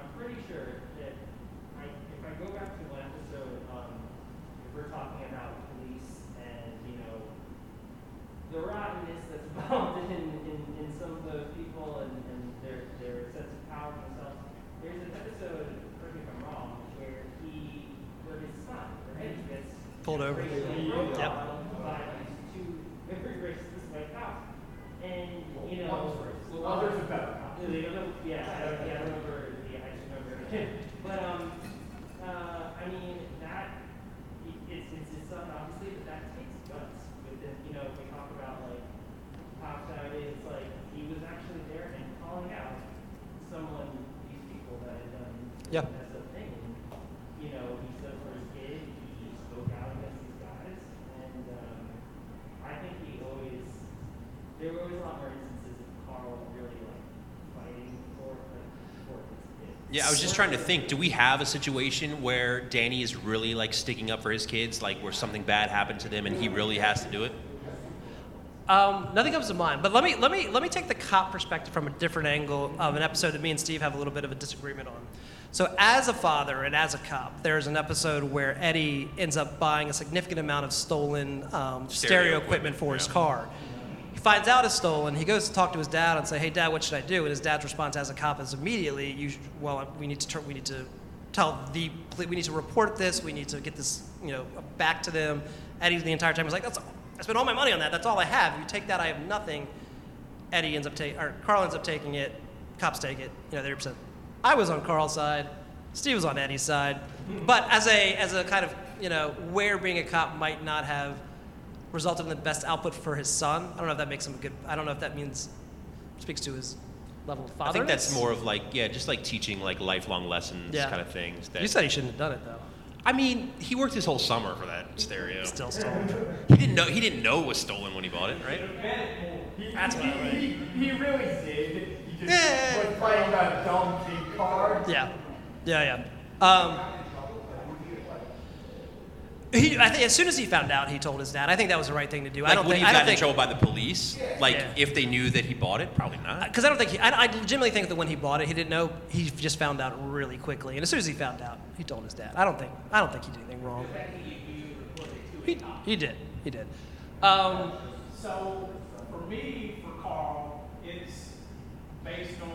I'm pretty sure that I, if I go back to the last episode, um, if we're talking about police and, you know, the rottenness that's involved in, in, in some of those people and, and their, their sense of power and themselves, there's an episode, correct me if I'm wrong, where he, where his son, right, gets
Pulled over. Yep.
by these two very racist white cops. And, you know, others are better. They don't know, yeah, I don't, yeah, I don't remember, yeah, I just remember. But, um, uh, I mean, that, it- it's, it's, it's something obviously, but that takes guts. But then, you know, if we talk about like cops nowadays, it's like, he was actually there and calling out someone, these people that had done
Yeah.
this messed up thing. And, You know, he stood for his kid, he spoke out against these guys, and, um, I think he always, there were always a lot more instances of Carl really like fighting for, like, for his kid.
Yeah, I was just trying to think. Do we have a situation where Danny is really like sticking up for his kids, like where something bad happened to them and he really has to do it?
Um, nothing comes to mind, but let me let me let me take the cop perspective from a different angle of an episode that me and Steve have a little bit of a disagreement on. So, as a father and as a cop, there is an episode where Eddie ends up buying a significant amount of stolen um, stereo,
equipment,
equipment, for his
yeah.
car. He finds out it's stolen. He goes to talk to his dad and say, "Hey, Dad, what should I do?" And his dad's response, as a cop, is immediately, "You should, well, we need to turn, we need to tell the poli- we need to report this. We need to get this, you know, back to them." Eddie the entire time was like, "That's I spent all my money on that. That's all I have. You take that, I have nothing." Eddie ends up taking, or Carl ends up taking it. Cops take it. You know, they're upset. I was on Carl's side. Steve was on Eddie's side. But as a as a kind of you know where being a cop might not have resulted in the best output for his son. I don't know if that makes him a good. I don't know if that means speaks to his level of father.
I think that's more of like yeah, just like teaching like lifelong lessons
Yeah.
kind of things. That
You said he shouldn't have done it though.
I mean, he worked his whole summer for that stereo.
Still stolen.
He didn't know he didn't know it was stolen when he bought it, right?
He,
That's
he,
what I like.
he, he really did. He just
Yeah.
was playing that dumb big card.
Yeah, yeah, yeah. Um, he, I think as soon as he found out, he told his dad. I think that was the right thing to do. I
Like,
don't
would
think.
he
I
have
don't
gotten in trouble
think
by the police? Like,
Yeah.
if they knew that he bought it, probably not.
because Uh, I don't think he, I, I legitimately think that when he bought it, he didn't know. He just found out really quickly, and as soon as he found out, he told his dad. I don't think I don't think he did anything wrong. He, he did. He did. Um,
So for me, for Carl, it's based on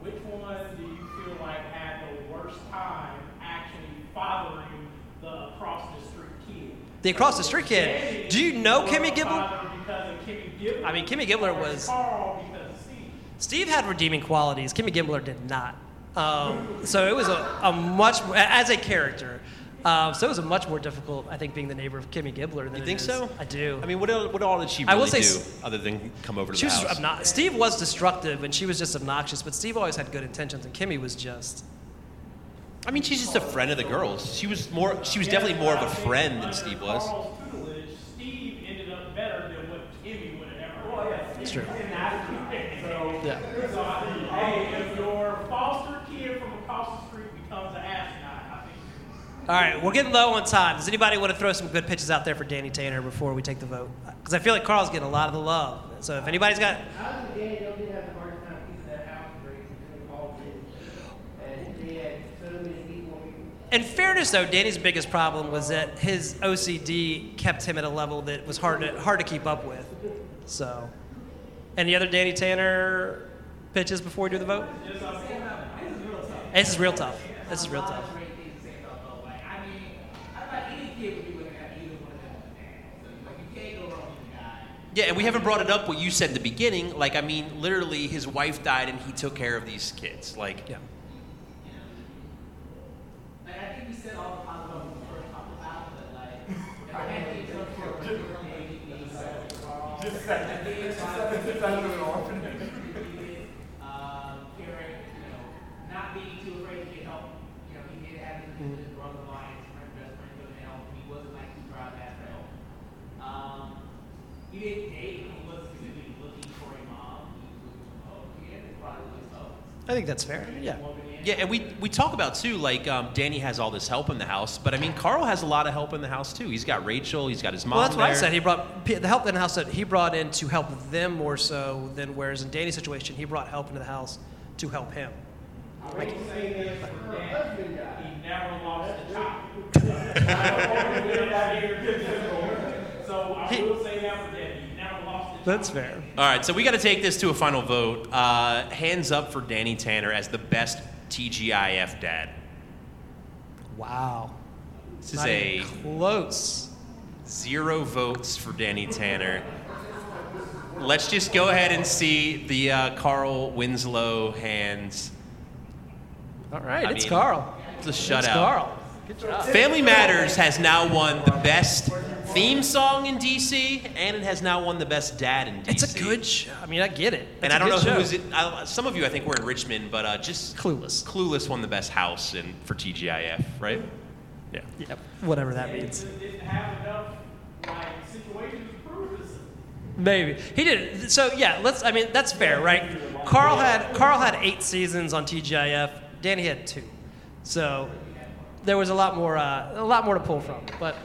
which one do you feel like had the worst time actually fathering the across the street kid?
the across the street kid. Do you know Kimmy Gibbler?
Father Because of Kimmy Gibbler.
I mean, Kimmy Gibbler
or
was-
Carl because of Steve.
Steve had redeeming qualities. Kimmy Gimbler did not. Um, so it was a, a much as a character. Um, so it was a much more difficult, I think, being the neighbor of Kimmy Gibbler than
You
it
think
is-
so?
I do.
I mean, what all, what all did she
I
really
will say
do
s-
other than come over to
she
the
was
house?
obnoxious. Steve was destructive, and she was just obnoxious. But Steve always had good intentions, and Kimmy was just
I mean, she's just a friend of the girls. She was more. She was definitely more of a friend than Steve was.
Carl's tutelage, Steve ended up better than what Kimmy would have ever. done.
it's true. Yeah.
So I think, hey, if your foster kid from across the street becomes an astronaut, I think
All right, we're getting low on time. Does anybody want to throw some good pitches out there for Danny Tanner before we take the vote? Because I feel like Carl's getting a lot of the love. So if anybody's got
How did Danny don't get that hard time keeping that house free between all this? And they had so many people.
In fairness, though, Danny's biggest problem was that his OCD kept him at a level that was hard to, hard to keep up with. So, any other Danny Tanner pitches before we do the vote? This is real tough. This is real tough.
Great things to say about Bo. Like, I mean, I thought any kid would be willing to have either one of them as a dad. So, like, you can't go wrong with a guy.
Yeah, and we haven't brought it up what you said in the beginning. Like, I mean, literally, his wife died and he took care of these kids. Like,
Yeah.
um, Um, oh,
I think that's fair. Yeah.
Yeah, and we we talk about too. Like um, Danny has all this help in the house, but I mean Carl has a lot of help in the house too. He's got Rachel. He's got his mom.
Well, that's what I
there.
said. He brought P- the help in the house that he brought in to help them more so than whereas in Danny's situation, he brought help into the house to help him.
I will say this for Dan, he never lost a child. I don't want to live out here in Pittsburgh. So I will say that for Dan, he never lost a child.
That's fair.
All right, so we got to take this to a final vote. Uh, hands up for Danny Tanner as the best TGIF dad.
Wow.
This is
Not
a
even close.
zero votes for Danny Tanner. Let's just go ahead and see the uh, Carl Winslow hands.
All right,
I
it's
mean,
Carl.
It's a shutout.
It's Carl. Good job.
Family Matters has now won the best theme song in DC, and it has now won the best dad in DC.
It's a good show. I mean, I get it.
And I
It's a
don't know
good show.
who's it. I, some of you, I think, were in Richmond, but uh, just
Clueless.
Clueless won the best house in for TGIF, right? Yeah.
Yep, whatever that means.
Didn't- Didn't have enough, like, situations to prove this.
Maybe he did. So yeah, let's. I mean, that's fair, right? Carl had Carl had eight seasons on TGIF. Danny had two, so there was a lot more uh, a lot more to pull from. But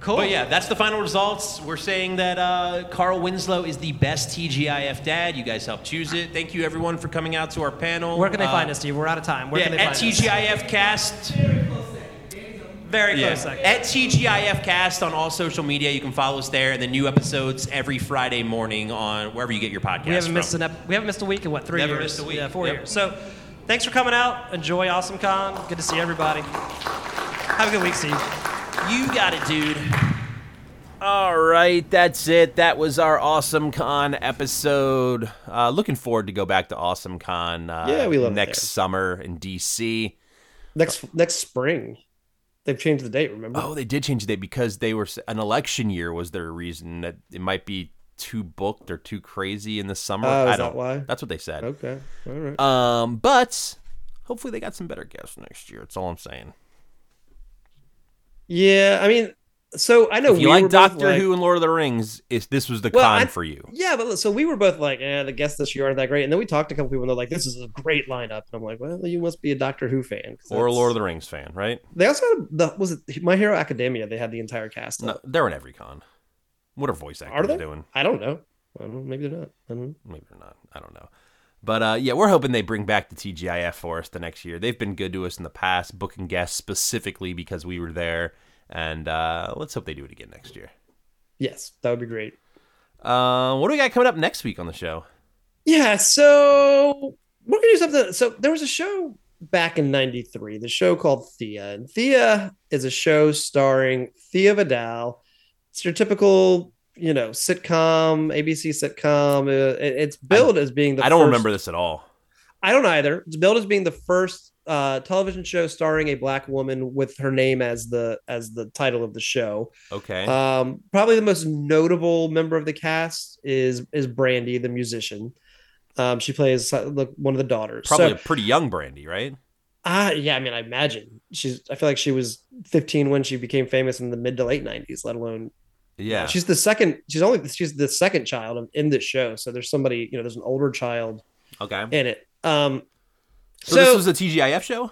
cool.
But yeah, that's the final results. We're saying that uh, Carl Winslow is the best TGIF dad. You guys helped choose it. Thank you, everyone, for coming out to our panel.
Where can they
Uh,
find us, Steve? We're out of time. Where
yeah,
can they
at
find us?
TGIF Cast.
Very
Yeah.
close second.
At TGIF Cast on all social media, you can follow us there, and the new episodes every Friday morning on wherever you get your podcast.
we haven't missed
from.
an ep- we haven't missed a week in what three
Never
years?
missed a week.
Yeah, four
Yep.
years. So thanks for coming out. Enjoy Awesome Con. Good to see everybody. Have a good week, Steve.
You got it, dude.
All right, that's it. That was our Awesome Con episode. Uh, looking forward to go back to Awesome Con. Uh,
Yeah, we love it
next
there.
summer in DC.
Next next spring, they've changed the date. Remember?
Oh, they did change the date because they were an election year was their reason that it might be too booked or too crazy in the summer.
Oh, is
I
that
don't.
why?
That's what they said.
Okay. All right.
Um, but hopefully they got some better guests next year. That's all I'm saying.
yeah, I mean, so I know
If you
we were
like
both
Doctor
like-
Who and Lord of the Rings, is this was the
Well,
con
I-
for you?
Yeah, but so we were both like, eh, the guests this year aren't that great. And then we talked to a couple people and they're like, this is a great lineup. And I'm like, well, you must be a Doctor Who fan. 'cause
Or a
that's-
Lord of the Rings fan, right?
They also had, the, was it My Hero Academia? They had the entire cast.
No,
up.
they're in every con. What are voice actors
Are they?
doing?
I don't know. I don't know. Maybe they're not. I don't know.
Maybe they're not. I don't know. But uh, yeah, we're hoping they bring back the TGIF for us the next year. They've been good to us in the past, booking guests specifically because we were there. And uh, let's hope they do it again next year.
Yes, that would be great.
Uh, what do we got coming up next week on the show?
Yeah, so we're gonna do something. So there was a show back in '93, the show called Thea, and Thea is a show starring Thea Vidal. It's your typical, you know, sitcom, ABC sitcom. Uh, it- it's billed as being the
I don't
first-
remember this at all.
I don't either. It's billed as being the first uh, television show starring a black woman with her name as the as the title of the show.
Okay.
Um, probably the most notable member of the cast is is Brandy, the musician. Um, she plays uh, look, one of the daughters.
Probably
So,
a pretty young Brandy, right?
ah, yeah. I mean, I imagine she's. I feel like she was 15 when she became famous in the mid to late 90s. Let alone,
Yeah.
she's the second. She's only she's the second child of- in this show. So there's somebody. You know, there's an older child
Okay.
in it. Um,
So,
so-
this was a TGIF show?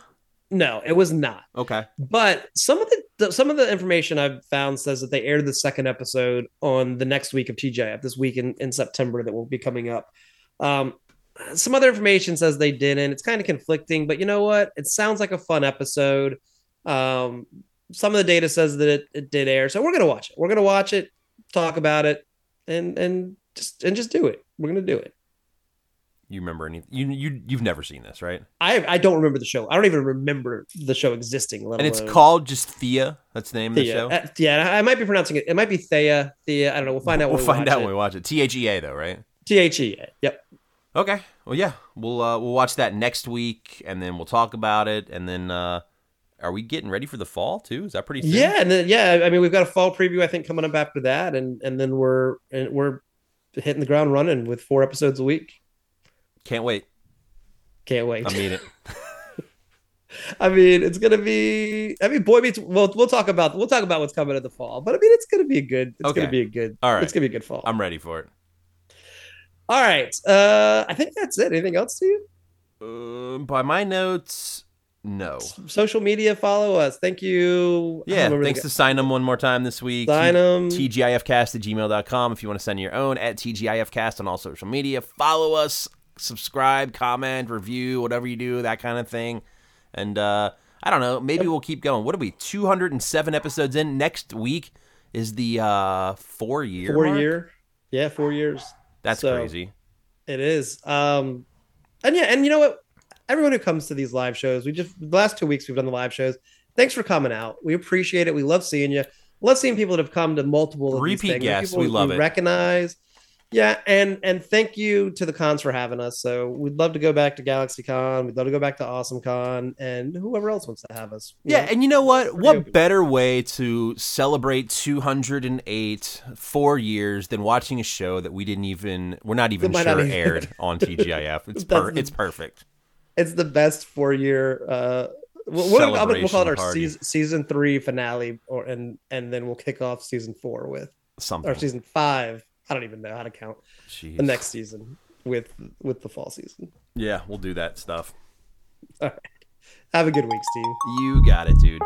no, it was not.
Okay.
But some of the, the some of the information I've found says that they aired the second episode on the next week of TGIF, this week in, in September that will be coming up. Um, some other information says they didn't. It's kind of conflicting, but you know what? It sounds like a fun episode. Um, some of the data says that it, it did air, so we're gonna watch it. We're gonna watch it, talk about it, and and just and just do it. We're gonna do it.
You remember any? You you you've never seen this, right?
I I don't remember the show. I don't even remember the show existing. Let
And it's
alone-
called just Thea. That's the name of the
Uh, Thea.
show.
Uh, yeah, I I might be pronouncing it. It might be Thea. Thea. I don't know. We'll find out.
We'll
when
find
we
out
watch
when we watch it. T H E A though, right?
T H E. Yep.
Okay. Well, yeah, we'll uh, we'll watch that next week, and then we'll talk about it, and then uh, are we getting ready for the fall too? Is that pretty? Soon?
Yeah, and then yeah, I mean we've got a fall preview I think coming up after that, and and then we're and we're hitting the ground running with four episodes a week.
Can't wait.
Can't wait.
I mean it.
I mean, it's gonna be. I mean, boy meets. We'll we'll talk about we'll talk about what's coming in the fall. But I mean, it's gonna be a good. It's
Okay.
gonna be a good.
All right.
It's gonna be a good fall.
I'm ready for it.
All right. Uh, I think that's it. Anything else to you?
Uh, by my notes, no.
Social media, follow us. Thank you. I
Yeah,
don't remember the
thanks
guy-
to Signum one more time this week.
Signum.
TGIFcast at gmail.com if you want to send your own at TGIFcast on all social media. Follow us, subscribe, comment, review, whatever you do, that kind of thing. And uh, I don't know, maybe we'll keep going. What are we, 207 episodes in? Next week is the uh, four year.
four
mark?
year. Yeah, four years.
That's
So,
crazy.
It is. Um, and yeah, and you know what? Everyone who comes to these live shows, we just the last two weeks we've done the live shows. Thanks for coming out. We appreciate it. We love seeing you. Love seeing people that have come to multiple of these
Repeat
things,
guests.
people
We love it.
Recognize. Yeah, and and thank you to the cons for having us. So we'd love to go back to Galaxy Con. We'd love to go back to Awesome Con and whoever else wants to have us. you
Yeah,
know?
and you know what?
pretty
What
open.
better way to celebrate 208 four years than watching a show that we didn't even we're not even
That might
sure
not even-
aired on TGIF. It's
That's
per-
the-
it's perfect.
it's the best four year. Uh, we'll, we'll, I'll- we'll call it
Celebration
our
party.
season, season three finale, or and and then we'll kick off season four with
Something.
or season five. I don't even know how to count
Jeez.
the next season with with the fall season.
Yeah, we'll do that stuff.
All right, have a good week, Steve.
You got it, dude.